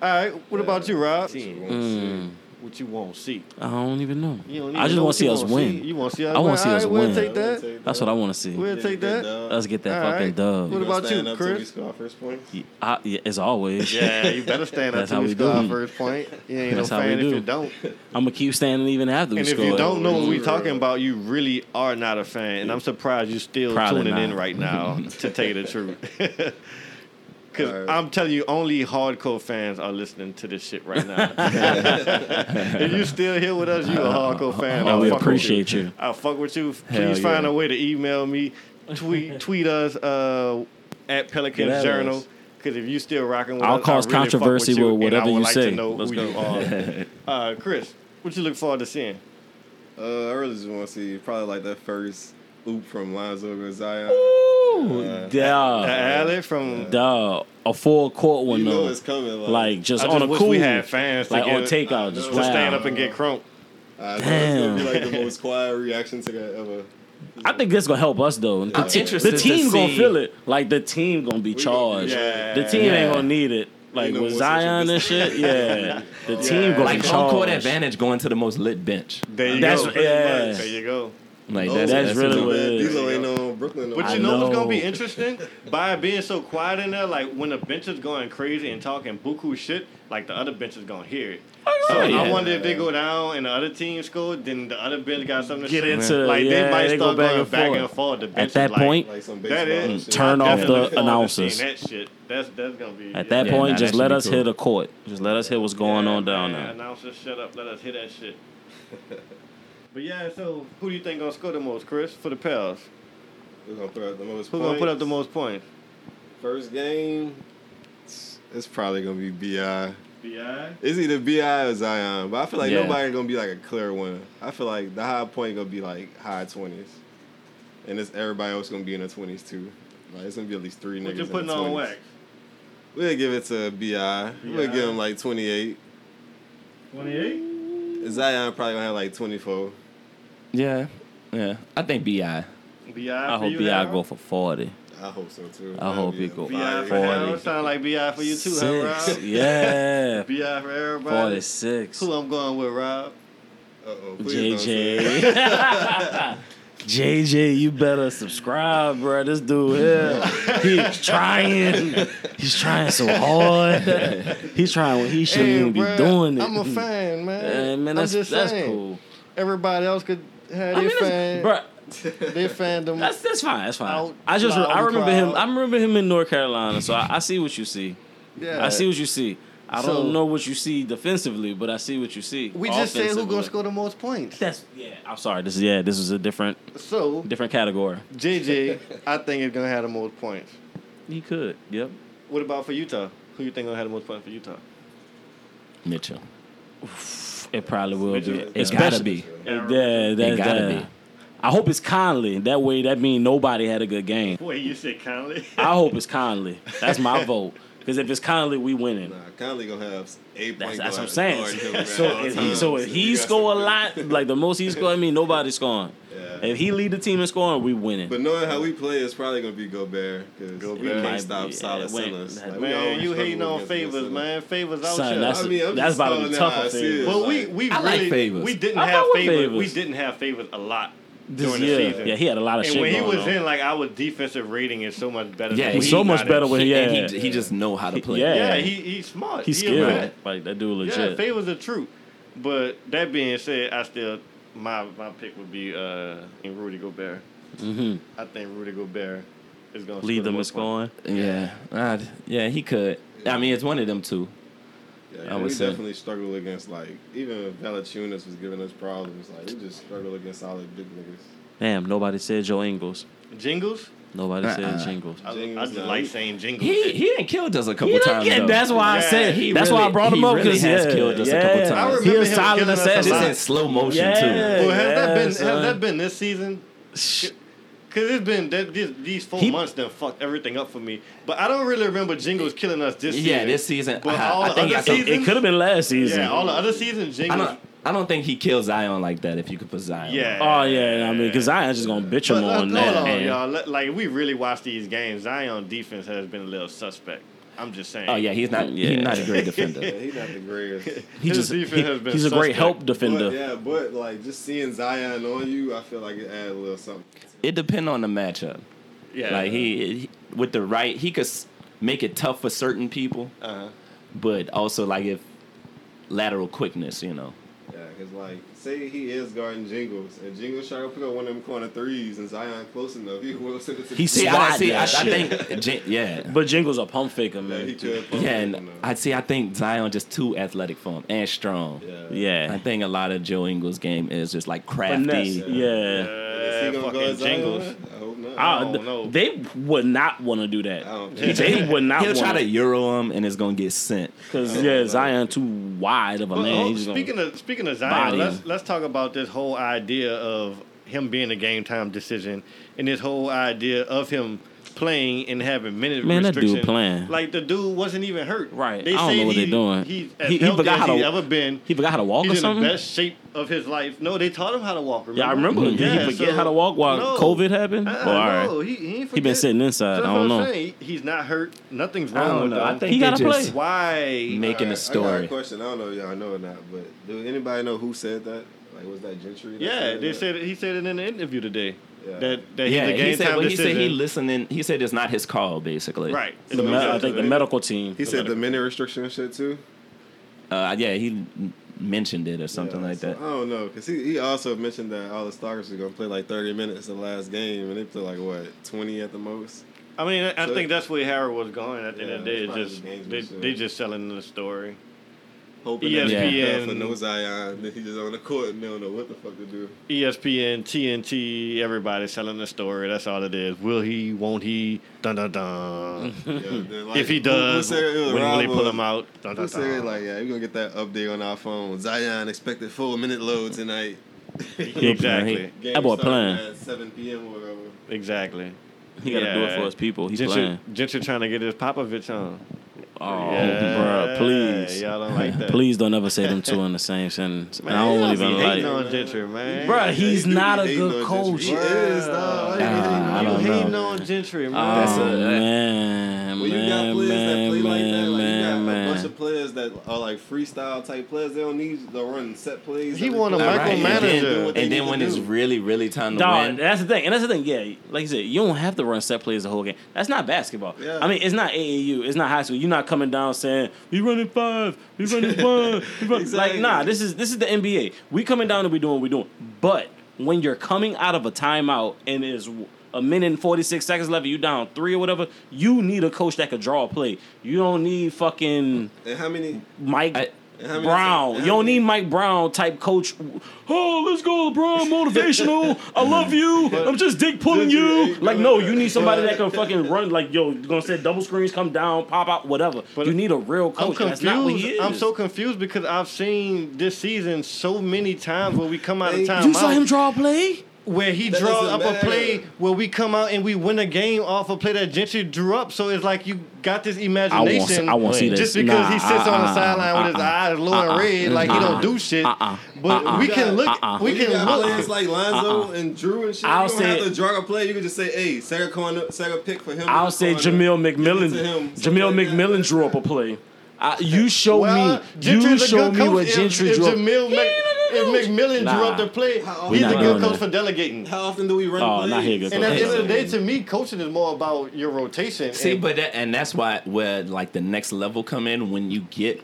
A: All right, what about you, Rob?
D: Mm.
A: What you want to see?
C: I don't even know.
A: You don't even
C: I just
A: know
C: want
A: what
C: to see
A: you
C: us
A: wanna
C: win.
A: You want to see us
C: I
A: win?
C: wanna see
A: All
C: us
A: right, we'll
C: win.
A: take that.
C: That's what I want to see.
A: We'll take that.
C: Let's get that
A: All
C: fucking
A: right.
C: dub.
A: What about you,
D: Stand up till we
A: Chris?
D: score our first points.
C: I, yeah, as always,
A: Yeah, you better stand up
C: That's
A: to
C: how
A: we
C: we
A: score our
C: do.
A: first point. You ain't no
C: That's how we
A: fan if
C: do.
A: you don't.
C: I'm gonna keep standing even after we
A: And if
C: score.
A: you don't know what we talking about, you really are not a fan. And I'm surprised you're still
C: Probably
A: tuning in
C: not.
A: right now, to tell you the truth. Because
D: All right.
A: I'm telling you, only hardcore fans are listening to this shit right now. if you still here with us, you a hardcore fan.
C: Oh,
A: I
C: we
A: fuck with
C: appreciate you.
A: I fuck with you.
C: Hell
A: Please find
C: yeah.
A: a way to email me, tweet tweet us uh, at Pelican
C: Get at
A: Journal.
C: us.
A: Because if you still rocking with
C: I'll
A: us,
C: cause
A: I really fuck
C: controversy
A: with, you,
C: with
A: and
C: whatever
A: I would
C: you
A: like
C: say.
A: To know
C: Let's
A: who
C: go.
A: you are. uh, Chris, what you look forward to seeing?
D: Uh, I really just want to see probably like that first oop from Lonzo Uh, to Zion.
C: Ooh,
A: The
C: duh,
A: alley from
C: duh, a full court
D: You
C: one
D: know
C: though.
D: it's coming. Like,
C: like just
A: I
C: on
A: just
C: a
A: wish
C: cool,
A: we had fans to
C: like
A: get-
C: on takeout, just
D: to
A: to
C: wow.
A: stand up and get crunk.
D: I know it's gonna be
C: Damn.
D: like the most quiet reaction to that ever.
C: I think that's gonna help us though. The,
B: I'm
C: te-
B: interested
C: the team
B: to
C: gonna
B: see-
C: feel it. Like the team gonna be
D: gonna-
C: charged.
A: yeah.
C: The team
B: Yeah.
C: ain't gonna need it. Like
D: know
C: with
D: what
C: Zion
D: social
C: and shit. Yeah, the team gonna
B: Like
C: be
B: home court
C: charged.
B: advantage going to the most lit bench.
A: There you
C: That's-
A: go.
C: yeah.
A: There you go.
B: Like
D: Oh,
B: that's,
C: that's
B: that's
C: really
B: really
C: what-
B: what.
C: it is.
D: D-Lo ain't on Brooklyn no
A: But
D: more.
A: you know, what's gonna be
C: know.
A: interesting? By being so quiet in there, like when the bench is going crazy and talking buku shit, like the other bench is gonna hear it. So
C: Oh, yeah.
A: I wonder if they go down and the other team score, then the other bench got something to
C: Get
A: say.
C: into-
A: Like
C: yeah,
A: they might
C: they
A: start
C: go back
A: going
C: and
A: back
C: forth.
A: and forth. The bench
C: At
A: is
C: that
A: like,
C: point,
D: like some
A: that
D: baseball
A: is
D: shit.
C: Turn off
A: Definitely
C: the
A: forward to seeing
C: announcers.
A: That shit. That's that's gonna be
C: At that
B: Yeah,
C: point,
B: nah,
C: just
B: that should
C: let
B: be
C: us
B: cool.
C: hear the court. Just let us hear what's going
A: Yeah,
C: on down
A: man,
C: there.
A: Announcers, shut up. Let us hear that shit. but yeah, so who do you think gonna score the most, Chris, for the Pels?
D: Who's gonna put up the most
A: Who gonna put up the
D: points?
A: most points?
D: First game, it's, it's probably gonna be Bi.
A: Bi.
D: It's either Bi or Zion, but I feel like
B: Yeah.
D: nobody gonna be like a clear winner. I feel like the high point gonna be like high twenties, and it's everybody else gonna be in the twenties too. Like it's gonna be at least three
A: What
D: niggas.
A: you
D: in
A: putting
D: the 20s.
A: on wax?
D: We'll give it to Bi. We'll
A: B.I..
D: give him like twenty eight.
A: Twenty eight.
D: Zion probably gonna have like twenty four.
B: Yeah, yeah. I think Bi.
A: Bi.
C: I
A: for
C: hope
A: you,
C: Bi
A: Harold?
C: go for forty.
D: I hope so too.
C: I hope he go-
A: Bi for
C: Forty.
A: Harold. Sound like Bi for you too, huh, Rob?
C: Six. Yeah.
A: Bi for everybody.
C: Forty-six.
A: Who I'm going with, Rob?
D: Uh oh.
C: JJ. JJ, you better subscribe, bro. This dude here, he's trying. He's trying so hard. He's trying what he shouldn't even
A: bruh,
C: be doing. It.
A: I'm a fan, man.
C: Yeah, man, that's
A: I'm just
C: that's
A: saying.
C: cool.
A: Everybody else could have
C: I mean,
A: their fan.
C: that's, bro,
A: Their fandom.
C: that's that's fine. That's fine.
A: Out
C: I just re-
A: loud
C: I remember him.
A: crowd.
C: I remember him in North Carolina. So I, I see what you see.
A: yeah.
C: I see what you see. I
A: So-
C: don't know what you see defensively, but I see what you see.
A: We just said who gonna
C: offensively.
A: score the most points.
C: That's yeah. I'm sorry. This is yeah. This is a different
A: So
C: different category.
A: JJ, I think is gonna have the most points.
C: He could. Yep.
A: What about for Utah? Who you think gonna have the most points for Utah?
B: Mitchell.
C: It probably will
A: Mitchell-
C: be.
A: It
B: gotta
C: Especially,
B: be.
C: Yeah, that,
B: It gotta
C: that-
B: be.
C: I hope it's Conley. That way, that means nobody had a good game.
A: Wait, you said Conley?
C: I hope it's Conley. That's my vote. Because if it's Conley, we winning.
D: Nah, Conley gonna have eight
C: That's,
D: points.
C: that's what I'm saying. So if he, so if he score a lot, like the most he score, I mean nobody's scoring.
D: Yeah.
C: If he lead the team in scoring, we winning.
D: But knowing how we play, it's probably gonna be Gobert because we
C: It might
D: can't stop
C: be,
D: solid
C: yeah, when-
D: centers.
C: that-
D: Like, we
A: Man,
D: always
A: you
D: struggle
A: hating on
D: against good
A: favors,
D: centers.
A: man. Favors out
C: Son,
A: here.
C: that's
D: I mean, I'm
C: that's
D: just
C: about to be
D: telling
C: tough.
D: how I
C: I
D: see
C: feel.
D: it.
A: Well, we
D: Like-
A: we
B: I
A: really
B: like Favors.
A: we didn't
C: I
A: have
C: fuck with
A: favors. We
C: Favors.
A: didn't have favors a lot
C: This
A: during
C: year.
A: the season.
C: Yeah, he had a lot of
A: and
C: shit.
A: when he
C: going
A: was
C: on.
A: in, like our defensive rating is so much better.
B: Yeah,
A: than
B: he's
A: we
B: so
C: much
A: got it.
C: better when he- Yeah.
B: And he, he just know how to play.
C: Yeah.
A: Yeah, he he's smart.
C: he's
A: He a
C: skilled.
A: man.
C: Like that dude
A: Yeah,
C: legit.
A: favors the truth. But that being said, I still my my pick would be uh Rudy Gobert.
C: hmm
A: I think Rudy Gobert is gonna score
C: Lead
A: the
C: them in
A: most points.
C: scoring.
B: Yeah. I'd- yeah, he could. I mean, it's one of them two.
D: Yeah,
B: I
D: we
B: would say.
D: definitely struggle against like even Valachunas was giving us problems. Like we just struggle against solid big niggas.
C: Damn, nobody said Joe Ingles.
A: Jingles?
C: Nobody
B: Uh-uh.
C: said Jingles.
A: I, I
D: Jingles,
A: just
D: nah,
A: like
D: we-
A: saying jingles.
B: He he didn't killed us a couple times. though.
C: that's why I
A: Yeah.
C: said
B: He
C: that's why I
B: really-
C: brought him
B: he
C: up
B: really
C: because
B: has
C: yeah,
B: killed us a couple times. I
C: He
A: remember
C: was
A: him
C: silent
A: killing us a
C: assassin.
B: Just
A: lot.
B: in slow motion
C: Yeah.
A: well, has that been
C: son.
A: has that been this season? Cause it's been that these, these four
C: He-
A: months done fucked everything up for me. But I don't really remember Jingles killing us this
B: too.
A: season.
B: Yeah, this season.
A: But
B: I,
A: all
B: I
A: the
B: think
A: other
B: it's a-
A: seasons-
C: It could have been last season.
A: Yeah, all the other seasons
B: I
A: Jingles.
B: don't. I don't think he kills Zion like that. If you could put Zion.
A: Yeah.
C: Oh yeah, I mean, because I just gonna bitch him
A: But, uh, hold
C: on that.
A: on,
C: man.
A: y'all. Let- Like if we really watch these games. Zion defense has been a little suspect. I'm just saying.
B: Oh yeah, he's not.
C: Yeah.
B: He's not a great defender.
D: Yeah, he not the greatest.
C: He
A: His
C: just he,
A: defense has been
C: he's a great
A: suspect.
C: help defender.
D: but, yeah, but like just seeing Zion on you, I feel like it added a little something.
B: it depends on the matchup.
A: yeah.
B: Like he, he- with the right, he could s- make it tough for certain people,
A: Uh-huh.
B: but also like if lateral quickness, you know.
D: Yeah, because like say he is guarding Jingles and Jingles try to pick up one of them corner threes and Zion close enough, he will send it to.
C: He
B: See,
C: Swat
B: I see. I, I
C: that shit.
B: think, Jin- yeah,
C: But Jingle's a pump faker,
D: Yeah,
C: man.
D: he
C: too.
D: could.
B: yeah, and I see. I think Zion just too athletic for him and strong.
D: Yeah.
B: I
C: yeah.
B: think a lot of Joe Ingles' game is just like crafty.
C: Finesse. Yeah.
D: Is he
A: Uh,
D: gonna go
A: fucking
D: as Zion?
A: Jingles.
D: I hope not.
C: I,
A: don't know.
C: They would not want to do
D: I
C: that.
D: don't think
C: They would not
B: He'll
C: want
B: try to
C: to.
B: euro him, and it's gonna get sent.
C: Because, yeah, Zion too wide of a
A: Well,
C: man.
A: oh,
C: He's
A: speaking
C: gonna,
A: of speaking of
C: body
A: Zion,
C: him.
A: let's let's talk about this whole idea of him being a game time decision and this whole idea of him playing and having minute
C: Man, that dude
A: restriction.
C: playing.
A: Like the dude wasn't even hurt.
C: Right.
A: They
C: I don't
A: say
C: know what
A: he,
C: they're doing.
A: He's as
C: He- he
A: healthy
C: forgot
A: as
C: how
A: he's
C: to-
A: ever been.
C: he forgot how to walk or
A: He's in
C: something?
A: the best shape of his life. No, they taught him how to walk. Remember?
C: yeah, I remember. Did
A: Yeah,
C: he forget
A: so-
C: how to walk while
A: No.
C: COVID happened?
A: Uh-uh,
C: Oh, all right.
A: no, he, he, ain't
C: He been
A: forget.
C: sitting inside.
A: That's
C: I
A: what
C: don't
A: I'm
C: know.
A: saying. He- He's not hurt. Nothing's
B: I
A: wrong
B: don't
A: with
B: know. Oh, I
A: him.
B: think
C: He
B: they
C: gotta
B: just
C: play.
A: why
B: making
D: All
B: a
D: right, I got
B: story.
D: a question. I don't know if y'all know or not, but do anybody know who said that? Like, was that Gentry? that
A: Yeah, they
D: that?
A: said he said it in the interview today
D: Yeah.
A: that that
B: yeah,
A: he's a game
B: he said,
A: time
B: well, he
A: decision.
B: said he listening. He said it's not his call, basically.
A: right.
D: So
A: It's
D: he
A: no
D: said
C: I
A: doubt.
C: think the medical team.
D: He said the minute restriction and shit too.
B: Uh, yeah, he m- mentioned it or something
D: Yeah,
B: like
D: so
B: that.
D: I don't know, cause he, he also mentioned that all the Stalkers are gonna play like thirty minutes the last game, and they play like what twenty at the most.
A: I mean, I I
D: So-
A: think that's where Harold was going at the end of the
D: Yeah,
A: day.
D: it's
A: It's just
D: probably the
A: they,
D: games we
A: they
D: saw.
A: just selling the story.
D: Hoping
A: ESPN.
D: that for no Zion, then he just on the court and they don't know what the fuck to do.
A: E ESPN, TNT, everybody selling the story. That's all it is. Will he? Won't he? Dun dun dun.
D: Yeah, then, like,
A: if he
D: who- who
A: does,
D: said it was
A: when will they
D: Rob
A: pull
D: or-
A: him out? Dun,
D: Who
A: dun,
D: said
A: dun.
D: like yeah, we're gonna get that update on our phone. Zion expected full minute load tonight.
A: exactly,
D: Game
C: That boy
D: starting
C: playing.
D: at seven p.m. or whatever.
A: exactly.
C: He got to do it
A: Yeah.
C: for his people. He's
A: Gentry,
C: playing.
A: Gentry trying to get his Popovich on.
C: Oh,
A: Yeah,
C: bruh, please.
A: y'all don't like that.
C: Please don't ever say them two in the same sentence. And I
A: y'all
C: don't
A: be
C: even
A: hating
C: like.
A: on Gentry, man.
E: Bruh, he's
D: do be
E: not a
D: hating
E: good
D: on Gentry.
E: coach.
D: He is, dog. Why you hating
B: Nah, I
D: on
A: you
B: don't
D: him?
B: know.
A: hating on Gentry,
C: Oh,
A: man. Um,
B: a-
C: man,
D: When you got
C: man,
D: players that play
C: man,
D: like that, like you got
C: man,
D: a
C: man.
D: bunch of players that are like freestyle type players. They don't need to run set plays.
A: He
D: every
A: want a
D: play.
B: All
A: Michael
B: and
A: manager.
B: then-
D: What
B: And
D: they
B: then,
D: need
B: when
D: to
B: it's
D: do.
B: really, really time to
C: Dog,
B: win.
C: that's the thing, and that's the thing. Yeah, like you said, you don't have to run set plays the whole game. That's not basketball.
D: Yeah.
C: I mean, it's not AAU. It's not high school. You're not coming down saying we running five, we running one, we run. Like
D: Exactly.
C: nah, this is this is the NBA. We coming down and we doing what we doing. But when you're coming out of a timeout and it's a minute and forty six seconds left, you down three or whatever. You need a coach that could draw a play. You don't need fucking
D: And how many?
C: Mike.
B: I-
D: How many-
C: Brown,
D: how
C: you don't
D: many-
C: need Mike Brown type coach. Oh, let's go, LeBron, motivational. I love you. I'm just dick pulling
D: This is-
C: you. Like, no, you need somebody that can fucking run. Like, yo, you're gonna set double screens, come down, pop out, whatever.
A: But
C: you need a real
A: I'm
C: coach. That's not what he
A: confused.
C: is.
A: I'm so confused because I've seen this season so many times where we come out of
D: You
A: time
C: You saw him draw a play.
A: where he
D: That
A: draws
D: doesn't
A: up a
D: matter.
A: play where we come out and we win a game off a play that Gentry drew up. So it's like you got this imagination.
C: I won't see this.
A: Just because he
C: Nah,
A: sits on the
C: uh-uh,
A: sideline with his eyes low and red, like he don't do shit.
C: uh-uh,
A: but we can look. We
D: When you
A: can
D: got players
A: look.
D: like Lonzo and Drew and shit.
C: Uh-uh. I'll
D: you don't
C: say-
D: have to draw a play. You can just say, "Hey, Sarah corner, Sarah pick for him."
C: I'll say Jamil McMillan.
D: Give it to him.
C: Jamil
D: Something like
C: McMillan
D: that.
C: drew up a play. I, you show
A: Well,
C: me. You
A: Gentry's a
C: show
A: good
C: me
A: coach.
C: what
A: If-
C: Gentry
A: if,
C: drew. up.
A: Jamil Mc, if McMillan drew
C: Nah.
A: up the play, he's
D: How- we're
A: a
D: not
A: good
C: doing
A: coach
C: that.
A: for delegating.
D: How often do we run?
C: Oh,
D: plays?
C: not here, good
A: And at the end of the
C: Yeah.
A: day, to me, coaching is more about your rotation.
B: See,
A: and-
B: but that, and that's why where like the next level come in when you get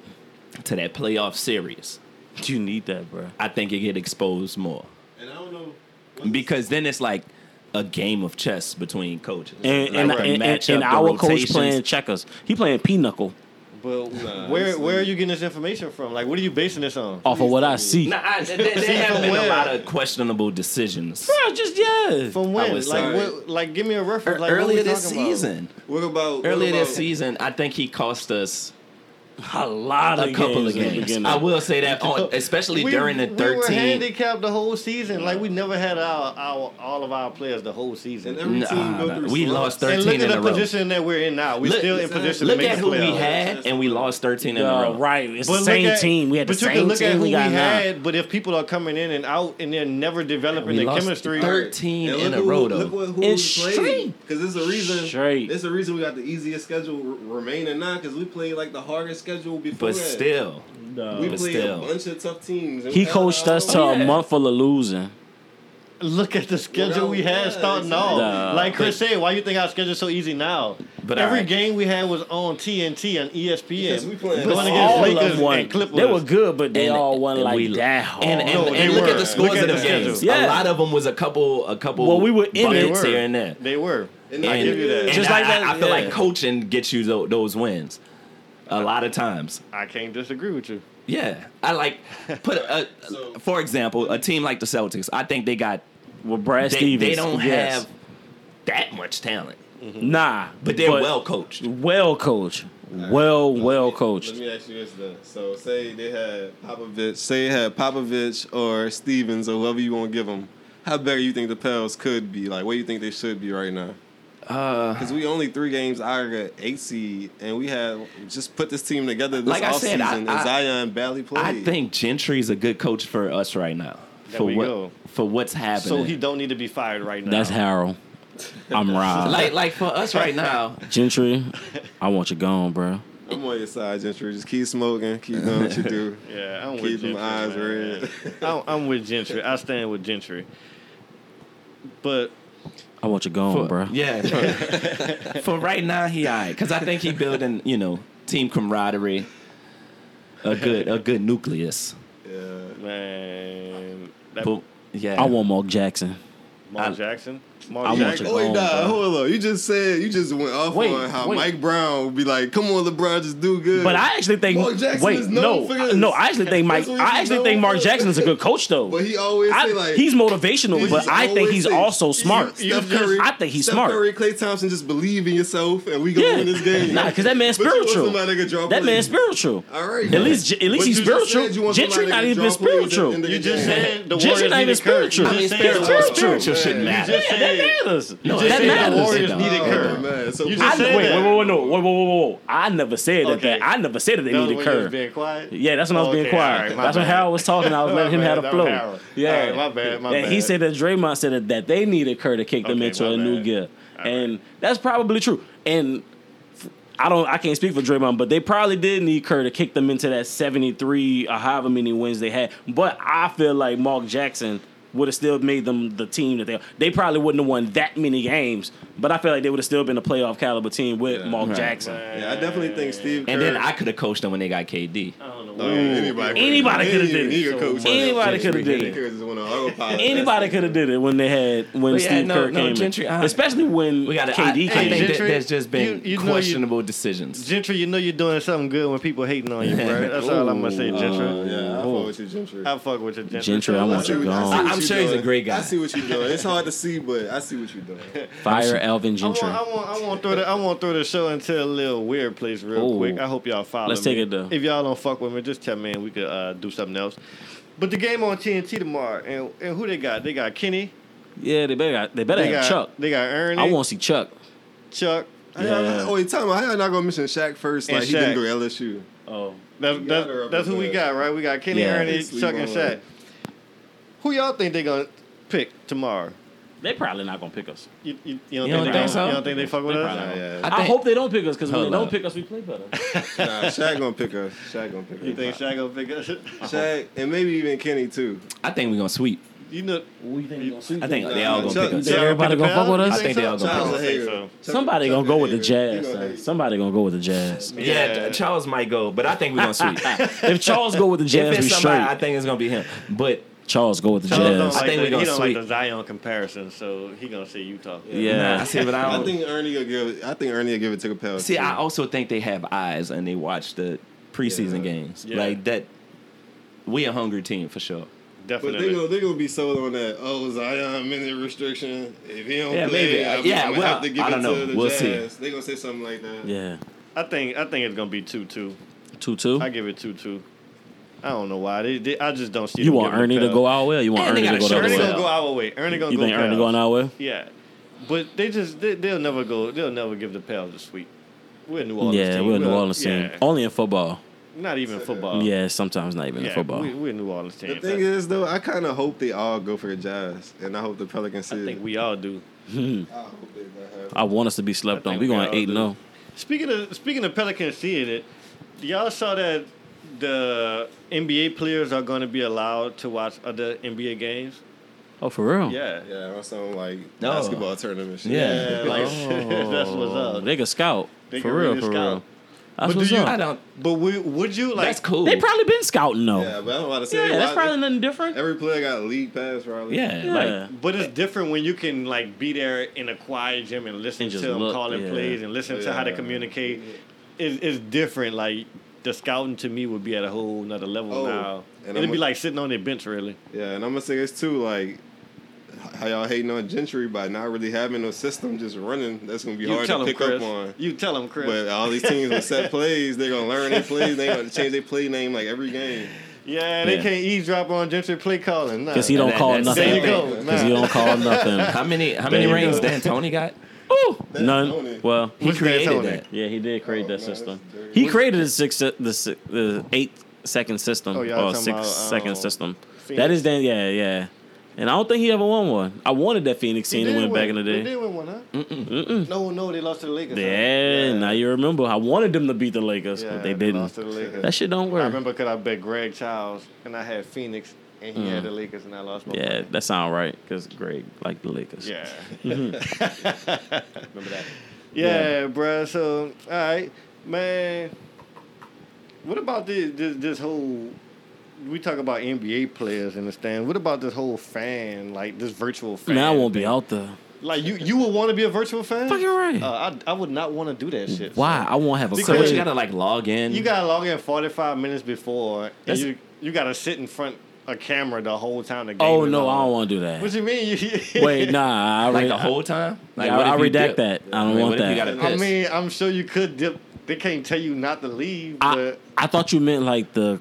B: to that playoff series.
C: You need that, bro.
B: I think you get exposed more
D: And I don't know.
B: because then it's like a game of chess between coaches.
C: And, and,
B: Like, the
C: and, and,
B: matchup, the
C: our coach
B: rotations.
C: playing checkers. He playing pinochle
A: but
D: Nah,
A: where
D: it's-
A: where are you getting this information from? Like, what are you basing this on?
C: off of what I see.
B: Nah, I, there, there have been a lot of questionable decisions.
C: Bro, just yeah.
A: From when?
B: was
A: Like,
D: sorry.
A: what, like, give me a reference. Like, what we
B: Earlier this
A: talking about?
B: season,
D: What about
B: earlier
D: what
B: this
D: about-
B: season, I think he cost us
C: a lot of
B: a couple of
C: games in the
B: games.
C: beginning.
B: I will say that, on, especially during the
A: We were
B: 13.
A: handicapped the whole season. Like we never had our, our all of our players the whole
D: And
A: season.
D: every team
B: Nah,
D: go through
B: we
D: slumps.
B: lost
A: And look
B: 13
A: at
B: in
A: the
B: a row.
A: position that we're in now. We're
B: Look-
A: still in position to
B: Look
A: make
B: at
A: the
B: who we
A: playoffs.
B: had, and we lost 13 in a
C: Yeah,
B: row.
C: uh, right. It's
A: But
C: the
A: look
C: same
A: at-
C: team. We had the
A: but you can
C: same
A: look at
C: team
A: who
C: we got now.
A: had, but if people are coming in and out and they're never developing
B: We
A: the
B: lost
A: chemistry,
B: third. 13
D: And
B: in
D: look
B: a
D: who-
B: row, though.
D: Look what who
C: It's
D: we played.
C: straight.
D: Because there's a reason.
C: Straight.
D: There's a reason we got the easiest schedule r- remain or not. Because we played like the hardest schedule before.
B: But
D: that.
B: still,
D: we
B: but
D: played
B: still.
D: a bunch of tough teams. and
C: He
D: we uh, held
C: coached
D: our
C: us
D: own.
C: to
B: Yeah.
C: a month full of losing.
A: look at the schedule we had
D: yeah,
A: starting
D: exactly.
A: off.
C: Nah.
A: like Chris said, why you think our schedule's so easy now?
B: But
A: every
B: alright.
A: game we had was on TNT and E
D: Because
A: ESPN.
D: we playing
A: Going
D: But
A: against
C: all of
A: Lakers
C: them won.
A: and Clippers.
C: They were good, but they
B: And-
C: all won
B: and
C: like
B: we-
C: that hard.
B: and and,
A: No, they
B: and look
A: were.
B: at the scores
A: Look at
B: of them
A: the
B: games.
A: schedule.
B: A
C: Yeah.
B: lot of them was a couple, a couple.
C: Well, we were in it.
A: They
B: buckets
A: were.
B: here and there.
A: They were.
D: And
A: I
D: like,
A: give you that.
B: and
C: Just
B: I,
C: like that,
B: I, I feel
C: yeah.
B: like coaching gets you tho- those wins. A lot of times,
A: I can't disagree with you.
B: yeah. I like put a,
D: So-
B: for example, a team like the Celtics. I think they got
C: with Brad
B: they,
C: Stevens.
B: they don't
C: yes.
B: have that much talent,
C: nah,
B: but they're well coached.
C: well coached, well well coached.
D: Let me ask you this though. So say they had Popovich, say they had Popovich or Stevens or whoever you want to give them. How better you think the Pels could be? Like, what do you think they should be right now?
B: Uh,
D: Because we only three games out of the eight seed, and we had just put this team together this
B: Like I
D: offseason,
B: said, I-
D: and
B: I-
D: Zion barely played.
B: I think Gentry's a good coach for us right now.
A: There
B: for
A: we
B: what
A: go.
B: for what's happening.
A: So he don't need to be fired right now.
C: That's Harold. I'm Rob.
B: like like for us right now,
C: Gentry, I want you gone, bro.
D: I'm on your side, Gentry. Just keep smoking. Keep doing what you do.
A: Yeah, I'm
D: Keep
A: with
D: them
A: Gentry.
D: eyes
A: man.
D: red.
A: I'm, I'm with Gentry. I stand with Gentry. But
C: I want you gone,
B: For-
C: bro.
B: Yeah. For right now, he alright because I think he building you know team camaraderie, a good a good nucleus.
D: Yeah.
A: man, that
B: But yeah,
C: I want Mark Jackson.
A: Mark
B: I-
A: Jackson.
C: I
A: Mark
C: want
A: Jackson.
C: your
D: Wait,
C: gone,
D: Oh, nah,
C: bro.
D: hold up. You just said you just went off
C: Wait,
D: on how
C: wait.
D: Mike Brown would be like, "Come on, LeBron, just do good."
C: But I actually think
D: Mark Jackson
C: wait,
D: is known
C: no,
D: for
C: I-
D: this.
C: no, I actually think Mike.
D: That's what
C: I
D: he's
C: actually
D: known
C: think Mark
D: for.
C: Jackson is a good coach though.
D: But he always
C: I-
D: say like
C: he's motivational, but
D: he
C: I think
D: always
C: he's
D: say,
C: also
D: "Steph
C: smart.
D: Steph
C: I think he's
D: Steph
C: smart.
D: Curry, Clay Thompson, just believe in yourself, and we gonna
C: Yeah.
D: win this game.
C: Nah, 'cause that man's
D: But you want
C: spiritual.
D: somebody that can draw
C: That
D: plays.
C: man's spiritual.
D: All right.
C: At least, at least
D: But
C: he's
D: you just
C: spiritual.
D: said you want
C: Gentry
D: somebody
C: not
D: that can
C: even
D: draw plays at the
C: spiritual.
D: end of the
A: You just
D: game.
A: said the
C: Just
A: Warriors
C: not even
A: needed Kirk.
C: spiritual.
A: You
B: I mean,
A: just said the
B: spiritual,
A: Warriors-
B: spiritual
D: man.
B: shouldn't
D: You
A: You
B: matter.
A: just
C: That
A: said
C: matters.
B: No,
A: just
B: that
A: said
B: matters.
A: the Warriors
B: It don't.
A: needed
B: It
A: Kerr.
B: don't.
D: Oh, man. So
A: You
D: you
A: just
C: I,
A: said
C: wait, wait,
A: that.
C: wait, wait, no, whoa, whoa, whoa, whoa! I never said
A: Okay.
C: that. I never said that they
A: That was
C: needed
A: when you
C: Kerr.
A: was being quiet.
C: Yeah, that's when I was being
A: Okay, all
C: quiet.
A: right, my
C: that's when
A: bad.
C: Harold was talking. I was letting him
A: My
C: have
A: bad,
C: a
A: that
C: flow.
A: was Harold.
C: Yeah,
A: All right, my bad, my
C: and he
A: bad.
C: said that Draymond said that, that they needed Kerr to kick them
A: Okay,
C: into
A: my
C: a new
A: bad.
C: gear,
A: All
C: and that's probably true. And f- I don't, I can't speak for Draymond, but they probably did need Kerr to kick them into that seventy-three or however many wins they had. But I feel like Mark Jackson. Would have still made them the team that they they probably wouldn't have won that many games, but I feel like they would have still been a playoff caliber team with Mark
B: Right.
C: Jackson.
D: Yeah, I definitely think Steve.
B: And
D: Kerr,
B: then I could have coached them when they got KD.
A: I don't know.
D: Oh, yeah,
A: Ooh.
D: anybody,
C: Anybody coulda
D: Any-
C: did it.
D: any coach
C: Anybody coulda did it.
D: Kerr just went on autopilot.
C: Anybody could have did it when they had when
B: But yeah,
C: Steve
B: no-
C: Kerr
B: no,
C: came,
B: Gentry,
C: in.
B: I-
C: especially when
B: We got
C: KD
B: I, I think
C: came. in.
A: Hey,
B: that
A: Gentry,
B: there's just
A: you-
B: been
A: you know you-
B: questionable decisions.
A: Gentry, you know you're doing something good when people hating on you, bro. That's all I'm gonna say, Gentry.
D: Yeah, I fuck with you, Gentry.
A: I fuck with you, Gentry.
C: Gentry, Uh, I
A: So,
C: want
D: see
C: you
D: what- I see
C: gone.
D: what
B: I'm
D: you
B: sure he's a
D: doing.
B: great guy.
D: I see what you're doing. It's hard to see, but I see what you're doing.
C: Fire Alvin
A: I want,
C: Gentry.
A: I want, I want throw the, I want throw the show into a little weird place real
C: Ooh.
A: quick. I hope y'all follow.
C: Let's
A: me.
C: take it though.
A: If y'all don't fuck with me, just tell me and we could uh, do something else. But the game on TNT tomorrow, and, and who they got? They got Kenny.
C: Yeah, they better got, they better
A: They
C: have
A: got
C: Chuck.
A: They got Ernie.
C: I want to see Chuck.
A: Chuck.
C: Yeah.
D: Oh, wait, time. How y'all not gonna mention Shaq first?
A: And
D: Like he didn't
A: Shaq.
D: go to LSU.
C: Oh,
A: That's,
D: got her
A: that's,
D: up
A: that's
D: in
A: who we
D: bed.
A: got, right? We got Kenny,
C: Yeah.
A: Ernie,
D: They sleep
A: Chuck, and
D: on
A: Shaq.
D: her.
A: Who y'all think they gonna pick tomorrow?
C: they probably not gonna pick us.
A: You, you, you don't,
B: You don't
A: think,
B: think
A: they,
B: so?
A: you don't think they fuck with
C: They
A: us?
C: probably
D: Nah,
C: don't.
D: yeah.
B: I
C: I,
B: think-
C: hope they don't pick us because when
B: Hold
C: they don't
B: up.
C: pick us, we play better.
D: Nah, Shaq gonna pick us. Shaq gonna pick us.
A: You think Shaq gonna pick us?
D: Shaq and maybe even Kenny too.
B: I think we're gonna sweep.
A: you know,
C: we think gonna see
B: I think they all gonna
D: Chuck-
B: pick us.
D: Chuck-
C: everybody
A: pick the
C: gonna fuck with
A: Pels?
C: us?
A: You
B: I think they all gonna
A: so?
B: pick
A: I
D: us.
A: don't think so.
C: Somebody
D: Chuck
C: gonna go
D: and
C: with the
D: Hayward.
C: Jazz.
D: He gonna
C: son.
D: hate.
C: Somebody gonna go with the Jazz.
B: Yeah,
A: Yeah.
B: Charles might go, but I think we're gonna sweep. if
C: if Charles go with the Jazz, we
B: it's somebody, I
C: straight.
B: think it's gonna be him. But
C: Charles go with the
A: Charles don't
C: Jazz.
B: I
A: like
B: think
A: the,
B: we gonna
A: he don't
B: sweep.
A: like the Zion comparison, so he gonna say Utah.
C: Yeah.
B: nah, I see, but I
D: I
B: don't.
D: think Ernie will give. I think Ernie will give it to Capella.
B: see,
D: too.
B: I also think they have eyes and they watch the preseason
D: Yeah.
B: games.
A: Yeah.
B: Like that, we a hungry team for sure.
D: But they gonna
A: definitely.
D: they gonna be sold on that. Oh, Zion minute restriction. If he don't
B: Yeah,
D: play,
B: maybe.
D: I'm
B: Yeah,
D: gonna
B: well,
D: have to give
B: I
D: it
B: don't
D: to
B: know.
D: the
B: We'll see.
D: Jazz. They gonna say something like that.
C: Yeah,
A: I think I think it's gonna be two two.
C: two two.
A: I give it two two. I don't know why. They, they, I just don't see.
C: You
A: them
C: want
A: giving
C: Ernie to
A: Pels.
C: go our way, or you want
B: And they
C: Ernie to
B: got
C: go
B: a
C: the other
A: Ernie
B: short
A: gonna
C: way?
B: sale.
A: go our way. Ernie gonna
C: You
A: go.
C: think Ernie
A: Pels.
C: going our way?
A: Yeah, but they just they, they'll never go. They'll never give the Pels a sweep. We're a New Orleans.
C: Yeah, Uh,
A: team.
C: we're a New
A: We'll-
C: Orleans team.
A: yeah.
C: Only in football.
A: Not even football.
C: yeah, sometimes not even in
A: yeah,
C: football.
A: We, we're a New Orleans team.
D: The thing is though, I kind of hope they all go for the Jazz, and I hope the Pelicans.
A: I
D: see
A: think
D: it.
A: we all do.
D: I hope they not have-
B: Oh.
C: I want us to be slept
A: I
C: on.
A: think
C: We going
A: we all
C: eight
A: do.
C: and oh. zero.
A: Speaking of speaking of Pelicans seeing it, y'all saw that the NBA players are going to be allowed to watch other NBA games.
C: Oh, for real?
A: Yeah,
D: Yeah, on some like
B: No.
D: basketball tournament. Shit.
B: Yeah.
A: like that's what's
C: Oh,
A: up.
C: they can scout.
A: They
C: for
A: can
C: real,
A: really
C: for real.
A: scout.
C: That's
A: But do
C: what's
A: you-
C: up.
B: I don't.
A: But we, would you like?
B: that's cool.
C: They probably been scouting though.
D: Yeah,
C: Yeah,
D: but I'm about to say
C: that's
D: why-
C: probably nothing different.
D: every player got a league pass probably.
B: Yeah,
C: Yeah.
B: like
A: But it's different when you can like be there in a quiet gym and listen
C: And
A: to
C: just
A: them
C: look,
A: calling
C: yeah.
A: plays and listen to how they
D: Yeah.
A: communicate. It's, it's different. Like the scouting to me would be at a whole nother level
D: Oh,
A: now.
D: and
A: It'd
D: I'm
A: be
D: a-
A: like sitting on their bench, really.
D: Yeah, and I'm gonna say this too, like how y'all hating on Gentry by not really having no system, just running. That's gonna be
A: You
D: hard
A: tell
D: to
A: them,
D: pick
A: Chris.
D: up on.
A: You tell them, Chris.
D: But all these teams with set plays, they're gonna learn their plays. They gonna change their play name like every game.
A: Yeah, they
B: Yeah.
A: can't eavesdrop on Gentry play calling. Nah.
C: Cause he don't
B: That-
C: call
B: that's the
C: nothing.
A: there you
B: same
A: go.
D: thing.
C: Cause he
A: Nah.
C: don't call nothing.
B: how many how many
C: There you
B: rings
C: go.
B: D'Antoni got?
C: Ooh,
D: That's Tony.
C: none. Well,
B: He
A: What's
B: created
A: D'Antoni?
B: that.
C: yeah, he did create
D: Oh,
C: that
D: man,
C: system.
D: that's dirty.
C: He created the six, uh, the si- the eight second system
A: Oh, y'all
C: or
A: talking
C: six second
A: about, um,
C: system.
A: Phoenix?
C: That is Dan. Yeah, yeah. And I don't think he ever won one. I wanted that Phoenix team to win back in the
A: They
C: day.
A: did win one, huh? No, no, they lost to the Lakers. huh?
C: Yeah, now you remember. I wanted them to beat the Lakers,
A: Yeah,
C: but they didn't.
A: lost to the Lakers.
C: That shit don't
A: I
C: work.
A: remember because I bet Greg Childs and I had Phoenix and he had the Lakers and I lost my
C: Mm. Yeah,
A: money.
C: that sound right. Cause Greg like the Lakers.
A: Yeah.
C: Mm-hmm.
A: Remember that? Yeah, bruh. So, all right, man. What about this, this this whole? We talk about NBA players in the stand. What about this whole fan, like this virtual fan?
C: Now I won't be out there.
A: Like you, you would want to be a virtual fan.
C: Fucking right.
A: Uh, I, I would not want to do that shit.
C: Why? I won't have a
A: Because-
B: So what
C: coach.
B: you gotta like log in?
A: You gotta log in 45 minutes before, and
C: Mm. That's-
A: you you gotta sit in front of camera the whole time the game.
C: Oh
A: is
C: no,
A: on.
C: I don't want to do that.
A: What you mean? You-
C: Wait, nah. I
B: like
C: re-
B: the whole time. Like
C: I-
B: what
C: I
B: if you
C: redact
B: dip?
C: that. I don't
B: mean,
C: want
B: what if
C: that.
B: you gotta
A: I
B: piss?
A: mean, I'm sure you could dip. They can't tell you not to leave,
C: I,
A: but
C: I thought you meant like the
B: What if you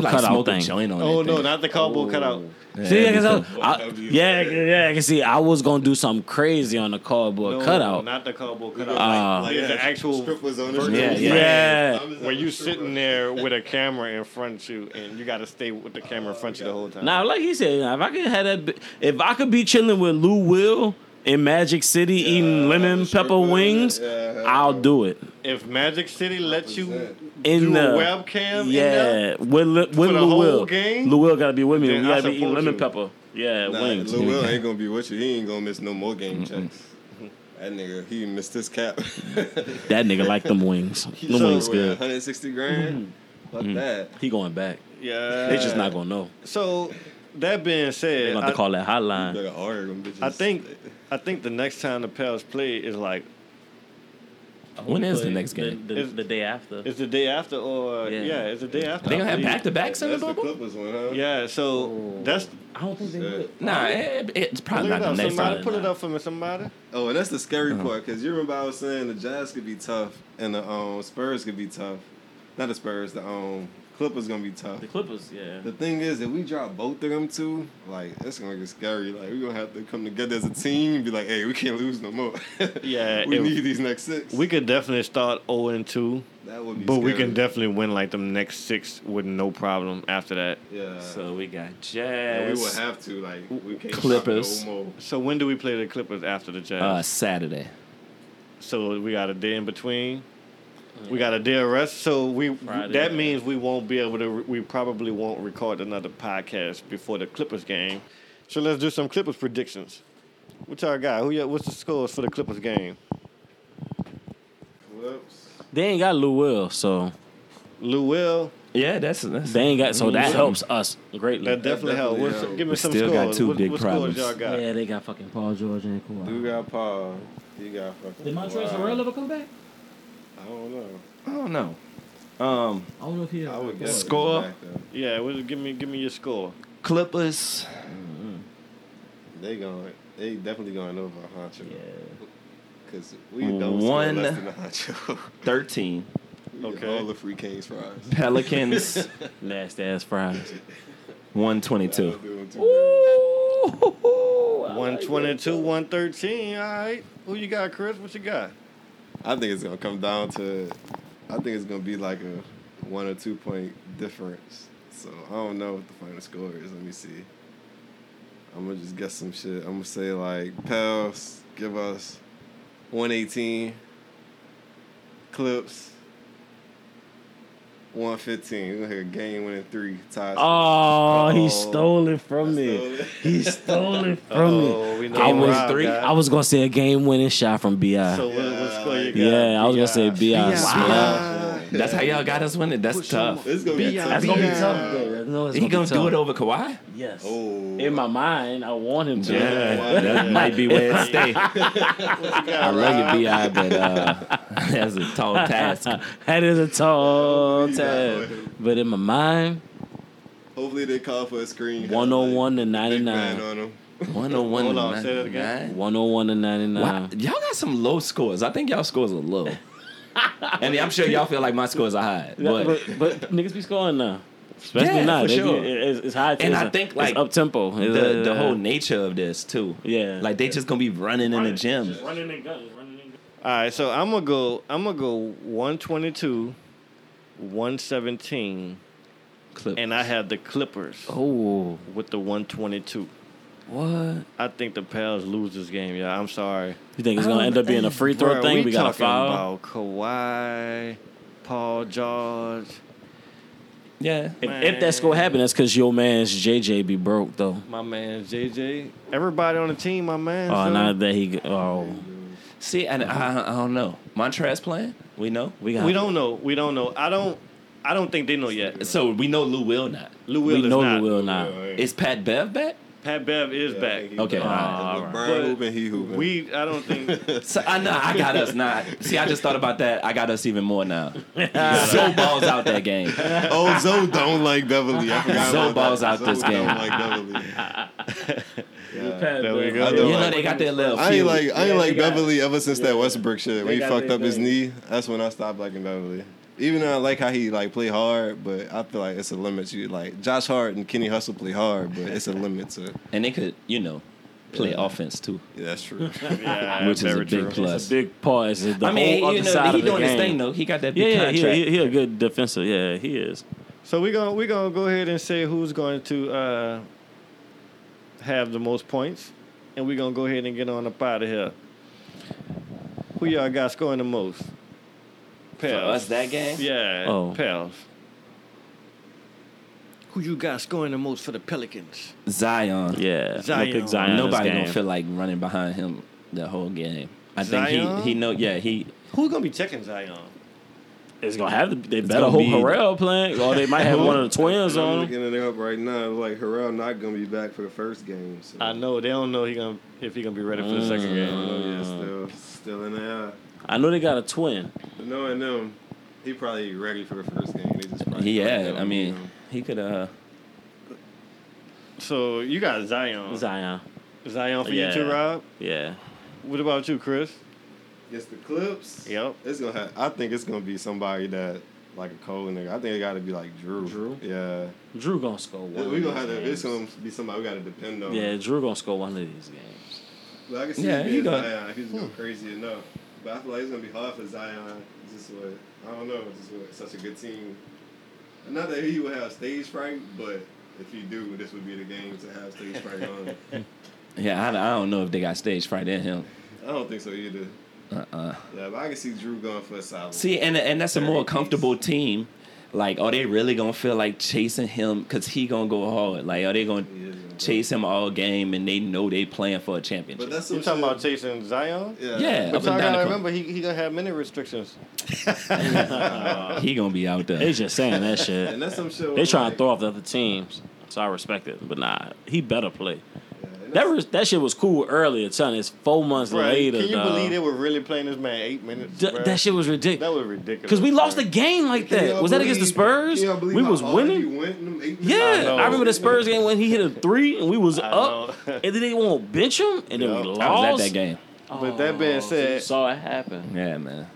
C: cardboard
B: like
C: cutout
B: smoke a
C: thing.
B: joint on
A: oh
B: that
A: no,
B: thing?
A: not the cardboard cutout.
C: See, I
B: Yeah,
C: can tell-
B: because-
C: I- yeah, yeah, I can see. I was gonna do something crazy on the cardboard
A: No,
C: cutout.
A: not the cardboard
D: We
A: cutout.
D: go
C: Ah.
A: like the actual
D: strip was on the
A: virtual
D: street.
B: Yeah, yeah.
C: Yeah.
D: I'm just
A: where
D: like
A: you
D: a stripper.
A: sitting there with a camera in front of you, and you got to stay with the camera in front of you the whole time.
C: Now, like he said, if I could have that, bi- if I could be chilling with Lou Will in Magic City eating lemon
D: strip
C: pepper
D: club,
C: wings,
D: yeah.
C: I'll do it
A: If Magic City lets you
C: in
A: do
C: the
A: a webcam, in there,
C: Yeah, with Lu- with
A: the
C: Lou
A: whole
C: Will.
A: game?
C: Lou Will got to be with me.
A: Then
C: we
A: I
C: got to be eating
A: support
C: lemon
A: you.
C: pepper. Yeah,
D: Nah,
C: wings.
D: Lil Will ain't gonna be with you. He ain't gonna miss no more game checks. That nigga, he missed his cap.
C: That nigga like them wings. Them
A: So-
C: wings good. Mm-hmm.
D: 160 grand. Fuck that.
C: He going back.
A: yeah,
C: They just not gonna know.
A: So that being
C: They
A: said,
C: gonna have
A: I,
C: to call that
D: You
C: hotline.
D: better order them bitches.
A: I think I think the next time the Pels play is like
B: When is the next game?
C: The,
A: It's- the
C: day after.
A: it's the day after, or yeah,
C: Yeah.
A: it's the day after.
B: They
A: I
B: gonna have
A: believe.
B: back to backs in the
D: That's the
B: bubble?
D: Clippers one, huh?
A: Yeah, so that's
C: I don't think they
D: Shit.
B: Nah, it, it's probably
A: Look
B: not
A: it
B: the
A: up.
B: next
A: Somebody
B: time.
A: put it up for me. Somebody.
D: Oh, and that's the scary part because you remember I was saying the Jazz could be tough and the um, Spurs could be tough. Not the Spurs, the um, Clippers gonna be tough.
C: The Clippers, yeah.
D: The thing is, if we drop both of them two, like it's gonna get scary. Like we're gonna have to come together as a team and be like, hey, we can't lose no more.
A: Yeah,
D: we
A: if-
D: need these next six.
A: We could definitely start zero and two,
D: that would be.
A: but we
D: scary.
A: can definitely win like the next six with no problem. After that,
D: Yeah.
C: Uh,
B: So we got
D: Yeah, we would
B: Jazz.
D: have to like we can't stop
B: Clippers.
D: No more.
A: so when do we play the Clippers after the Jazz?
B: Uh, Saturday.
A: so we got a day in between. We got a day of rest, so we
C: Friday.
A: that means we won't be able to. re- We probably won't record another podcast before the Clippers game. So let's do some Clippers predictions. What y'all got? Who? Y'all, what's the scores for the Clippers game?
D: Clips.
C: They ain't got Lou Will, so
A: Lou Will.
B: Yeah, that's, that's
C: they ain't got. So that helps us
A: That
C: greatly.
A: definitely helped.
D: definitely
A: What's,
D: helped.
A: give me
B: We
A: some
B: still got
A: scores.
B: two
A: what,
B: big
A: what
B: problems.
A: scores y'all got?
F: Yeah, they got fucking Paul George and
D: You
F: Kawhi.
D: got Paul. You got fucking.
F: Did Montrezl
D: Kawhi.
F: Harrell ever come back?
D: I don't know.
B: I don't know. Um,
F: I don't know if he
D: I
F: ever.
D: would guess.
B: Score.
D: back though.
A: Yeah, what, give me give me your score.
B: Clippers.
D: They going. They definitely going over a honcho.
F: Yeah.
D: Cause we don't
B: One.
D: score less than a honcho.
B: 13.
A: Okay.
D: okay. All the free Kings fries.
B: Pelicans.
C: Nasty ass fries.
B: 122.
D: Two.
A: One twenty two, one thirteen. All right. Who you got, Chris? What you got?
D: I think it's gonna come down to. I think it's gonna be like a one or two point difference. So I don't know what the final score is. Let me see. I'm gonna just guess some shit. I'm gonna say like Pels give us 118. Clips 115. We're gonna hit a game winning three ties.
C: Oh,
D: Oh,
C: he stole it from me.
D: stole it.
C: He stole it from me.
A: we
C: I
A: who
C: was
A: Rob
B: three.
A: got.
C: I was gonna say a game winning shot from Bi.
A: So what, what score you got?
C: yeah, I was gonna say
A: B.
C: Bi.
B: That's how y'all got us winning. That's tough.
D: It's gonna be tough.
C: That's gonna be tough. Though. No, it's
B: He gonna do
C: tough.
B: it over Kawhi?
C: Yes.
D: Oh.
C: In my mind, I want him to.
D: Yeah.
B: that might be where it stay. I love you, Bi, but uh, that's a tall task.
C: that is a tall
D: Yeah.
C: task. But in my mind,
D: Hopefully they call for a screen.
C: 101 to
D: Big man
C: 99.
D: on him.
A: Hold on,
B: 101
A: say that again.
C: 101 to
B: Wow.
C: 99.
B: Y'all got some low scores. I think y'all scores are low. and I'm sure y'all feel like my scores are high.
C: Yeah,
B: But
C: But, but niggas be scoring now. Especially
B: Yeah,
C: now.
B: for
C: They be-
B: sure.
C: it- it's, it's high.
B: And I
C: it's-
B: think,
C: it's
B: like,
C: up tempo. uh,
B: the, the whole nature of this too.
C: Yeah.
B: Like they just gonna be running in the gym.
C: running and gunning, running and
A: All right, so I'm gonna go. I'm gonna go 122, 117,
B: Clip.
A: and I have the Clippers
C: Oh,
A: with the 122.
B: What?
A: I think the Pels lose this game. Yeah, I'm sorry.
C: You think it's gonna end up being a free throw
A: Bruh,
C: thing?
A: we,
C: We, got a
A: talking
C: foul.
A: about Kawhi, Paul George.
B: Yeah.
C: If, if that's gonna happen, that's because your man's JJ be broke though.
A: My man JJ. Everybody on the team, my man.
C: Oh,
A: so-
C: not that he. Oh,
B: See, and I, I don't know. Montrez playing? We know.
C: we got.
A: We don't know. We don't know. I don't. I don't think they know yet.
B: So we know Lou will not.
A: Lou Will
C: We
A: is
C: know
A: not.
C: we will not.
B: Is Pat Bev back?
A: Pat Bev is back.
B: Okay.
C: all
D: LeBron
C: right.
A: But
D: hooping, he hooping.
A: We. I don't think.
B: So I know I got us not. See, I just thought about that. I got us even more now. so balls out that game.
D: oh, Zoe don't like Beverly. I forgot
B: Zoe
D: about
B: balls
D: that.
B: out this
D: Zoe
B: game.
D: Don't like Beverly. Yeah.
A: There we
D: I
B: You
A: go.
D: know.
B: know they got their little.
D: I ain't
B: feud.
D: like I ain't
E: Yeah,
D: like
E: they got-
D: Beverly ever since that Westbrook shit. When he
E: got
D: fucked
E: their
D: up his
E: thing.
D: knee, that's when I stopped liking Beverly. Even though I like how he like play hard, but I feel like it's a limit. You like Josh Hart and Kenny Hustle play hard, but it's a limit to.
B: and they could, you know, play offense too,
D: Yeah, that's true.
A: Yeah,
B: which is a
A: very
B: big
A: true.
B: plus.
C: Big part is the
B: I mean,
C: whole
B: you
C: other side
B: know, he
C: of the
B: doing
C: game.
B: his thing though. He got that big
C: yeah, yeah,
B: contract.
C: he, he, he a good defensive. Yeah, he is.
A: So we're gonna we're gonna go ahead and say who's going to uh, have the most points, and we're gonna go ahead and get on up out of here. Who y'all got scoring the most?
B: For us
A: Pels.
B: that game.
A: Yeah.
C: Oh.
A: Pels. Who you got scoring the most for the Pelicans?
B: Zion.
C: Yeah,
A: Zion.
C: Don't pick Zion in this
B: Nobody gonna
C: game.
B: feel like running behind him the whole game. I
A: Zion?
B: think he he know. Yeah, he
A: Who's gonna be checking Zion?
C: It's gonna have. The, they better
B: gonna
C: hope
B: be-
C: Harrell playing, or they might have one of the twins
D: I'm
C: on. him.
D: looking it up right now. Like Harrell not gonna be back for the first game. So.
A: I know they don't know he gonna if he gonna be ready for the second
D: I
A: game.
D: don't know, yeah, still, still in there.
C: I know they got a twin.
D: But knowing them, he probably ready for the first game. They just probably
B: he
D: fucked
B: had.
D: up,
B: I
D: you
B: mean,
D: know.
B: he could. uh
A: Mm. So you got Zion.
C: Uh, Zion.
A: Zion for you
C: Yeah.
A: too, Rob.
C: Yeah.
A: What about you, Chris?
D: It's the Clips.
A: Yep.
D: It's gonna. Have, I think it's gonna be somebody that like a cold nigga. I think it got to be like Drew.
C: Drew?
D: Yeah.
C: Drew gonna score one.
D: we
C: of these
D: gonna have to. It's
C: games.
D: gonna be somebody we gotta depend on.
C: Yeah, Drew gonna score one of these games.
D: But I can see
B: Yeah,
D: yeah,
B: he
D: being
B: gonna- Hmm.
D: Zion. If he's going crazy enough, but I feel like it's gonna be hard for Zion. Just with I don't know. Just with such a good team. Not that he would have stage fright, but if he do, this would be the game to have stage fright on.
B: Yeah, I, I don't know if they got stage fright in him.
D: I don't think so either.
B: Uh uh
D: Yeah, but I can see Drew going for a solid.
B: See, and and that's a more comfortable team. Like, are they really gonna feel like chasing him? Cause he gonna go hard. Like, are they gonna
D: He is gonna go.
B: chase him all game? And they know they playing for a
D: But
B: championship.
D: that's uh,
A: You
D: some
A: talking
D: shit-
A: about chasing Zion?
D: Yeah.
B: yeah,
A: But
B: up
A: y'all
B: and down
A: gotta
B: the court.
A: remember he he gonna have many restrictions.
B: he gonna be out there.
C: They just saying that shit.
D: And that's some shit.
C: They
D: where,
C: trying to
D: like,
C: throw off the other teams, so I respect it. But nah, he better play.
D: yeah, and
C: That
D: that's-
C: was, that shit was cool earlier, son. It's four months
A: Bruh,
C: later.
A: Can you
C: dawg.
A: believe they were really playing this man eight minutes?
C: Th-
A: bruh?
C: that shit was
A: That
C: ridiculous.
A: was ridiculous.
C: Because we lost
A: bruh.
C: the game like
D: Can
C: that.
D: y'all
C: Was that against the
D: believe-
C: Spurs?
D: can y'all believe
C: We
D: how
C: was
D: hard
C: winning.
D: he went in them eight minutes?
A: I
C: Yeah,
A: know.
C: I, remember the Spurs game when he hit a three and we was
A: know.
C: up, and then they won't bench him, and then
A: Yeah.
C: we lost.
B: I was at that game.
A: But that
C: Oh,
A: being said-
C: saw it happen.
B: Yeah, man.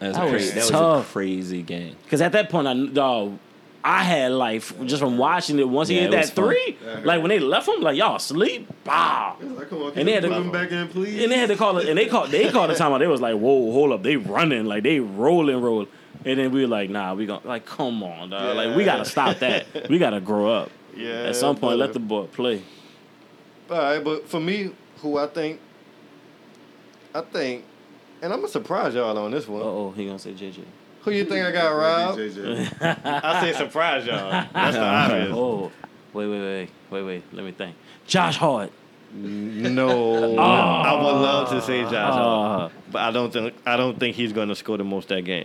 B: That was,
C: That was
B: crazy. that was
C: tough.
B: a crazy game.
C: Because at that point, I dog, I had like just from watching it. Once he
B: Yeah,
C: hit
B: it
C: that
B: was fun.
C: three,
D: Yeah.
C: like when they left him, like y'all sleep, bow.
D: It's like, come on, can
C: And they
D: you
C: had to-
D: put him back in, please.
C: And they had to call it, and they called they called the timeout. They was like, "Whoa, hold up, they running like they rolling, roll." And then we were like, "Nah, we gonna like, come on, dog. like we
D: Yeah.
C: gotta stop that. we gotta grow up.
A: Yeah,
C: At some point,
A: but-
C: let the boy play."
A: All right, but for me, who I think, I think, and I'm gonna surprise y'all on this one.
C: Uh oh, he gonna say JJ.
A: Who you think I got, Rob?
D: JJ.
A: I say surprise y'all. That's the obvious.
C: Oh, wait, wait, wait, wait, wait. Let me think. Josh Hart.
A: No, I would love to say Josh, Allen,
C: Ah.
A: but I don't think I don't think he's gonna score the most that game.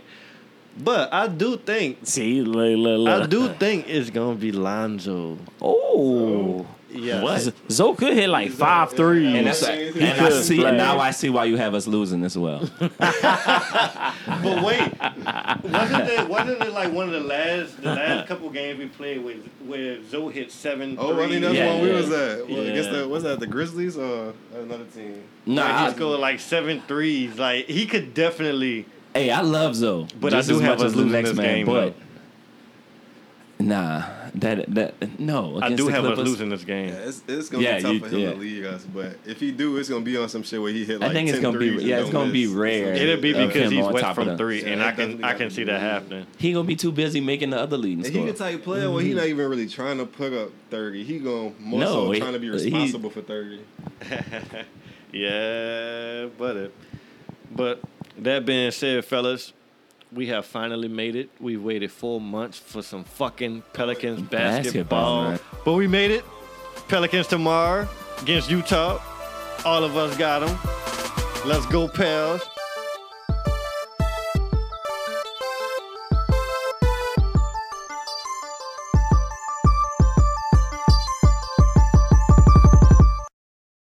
A: But I do think
C: See, look, look, look.
A: I do think it's gonna be Lonzo.
C: Oh,
A: Yeah.
C: Z- Zoe could hit like five threes.
B: And that's
D: He
B: and I
C: could
B: see
C: play.
B: and now I see why you have us losing as well.
A: But wait, wasn't it wasn't it like one of the last the last couple games we played with where Zoe hit seven
D: Oh, I
A: threes?
D: mean, that's
B: Yeah,
D: one we
B: yeah. Mm.
D: was at. Well, I guess
C: Yeah.
D: that was that the Grizzlies or another team.
B: No,
A: Like,
B: I,
A: he scored like seven threes. Like he could definitely.
B: hey, I love Zoe,
A: But I
B: just
A: do
B: as
A: have
B: much
A: us
B: as the
A: losing
B: next
A: this
B: man.
A: game,
B: but nah, That that no.
A: I
B: against
A: do
B: the
A: have us
B: Clippers.
A: losing this game.
D: Yeah, it's, it's gonna
B: Yeah,
D: be tough
B: you-
D: for him
B: yeah.
D: to lead us, but if he do, it's gonna be on some shit where he hit like
B: I think it's
D: 10
B: gonna be
D: threes and
B: yeah, it's
D: don't
B: gonna be
D: miss.
B: rare.
A: It'll be
B: of
A: because
B: him
A: he's
B: on
A: west
B: top
A: from
B: of them.
A: three, and
D: Yeah,
A: I can
D: definitely
A: I
D: got
A: can
D: to
A: see
D: be
A: that
D: that.
A: happening.
B: He gonna be too busy making the other leading
D: And he
B: score.
D: the type of player where he not even really trying to put up thirty. He gonna
B: mm-hmm.
D: more
B: No,
D: so
B: he-
D: trying to be
B: he-
D: responsible for thirty.
A: Yeah, but it. But that being said, fellas, we have finally made it. We waited four months for some fucking Pelicans basketball,
B: Basketball, man.
A: but we made it. Pelicans tomorrow against Utah. All of us got them. Let's go, pals.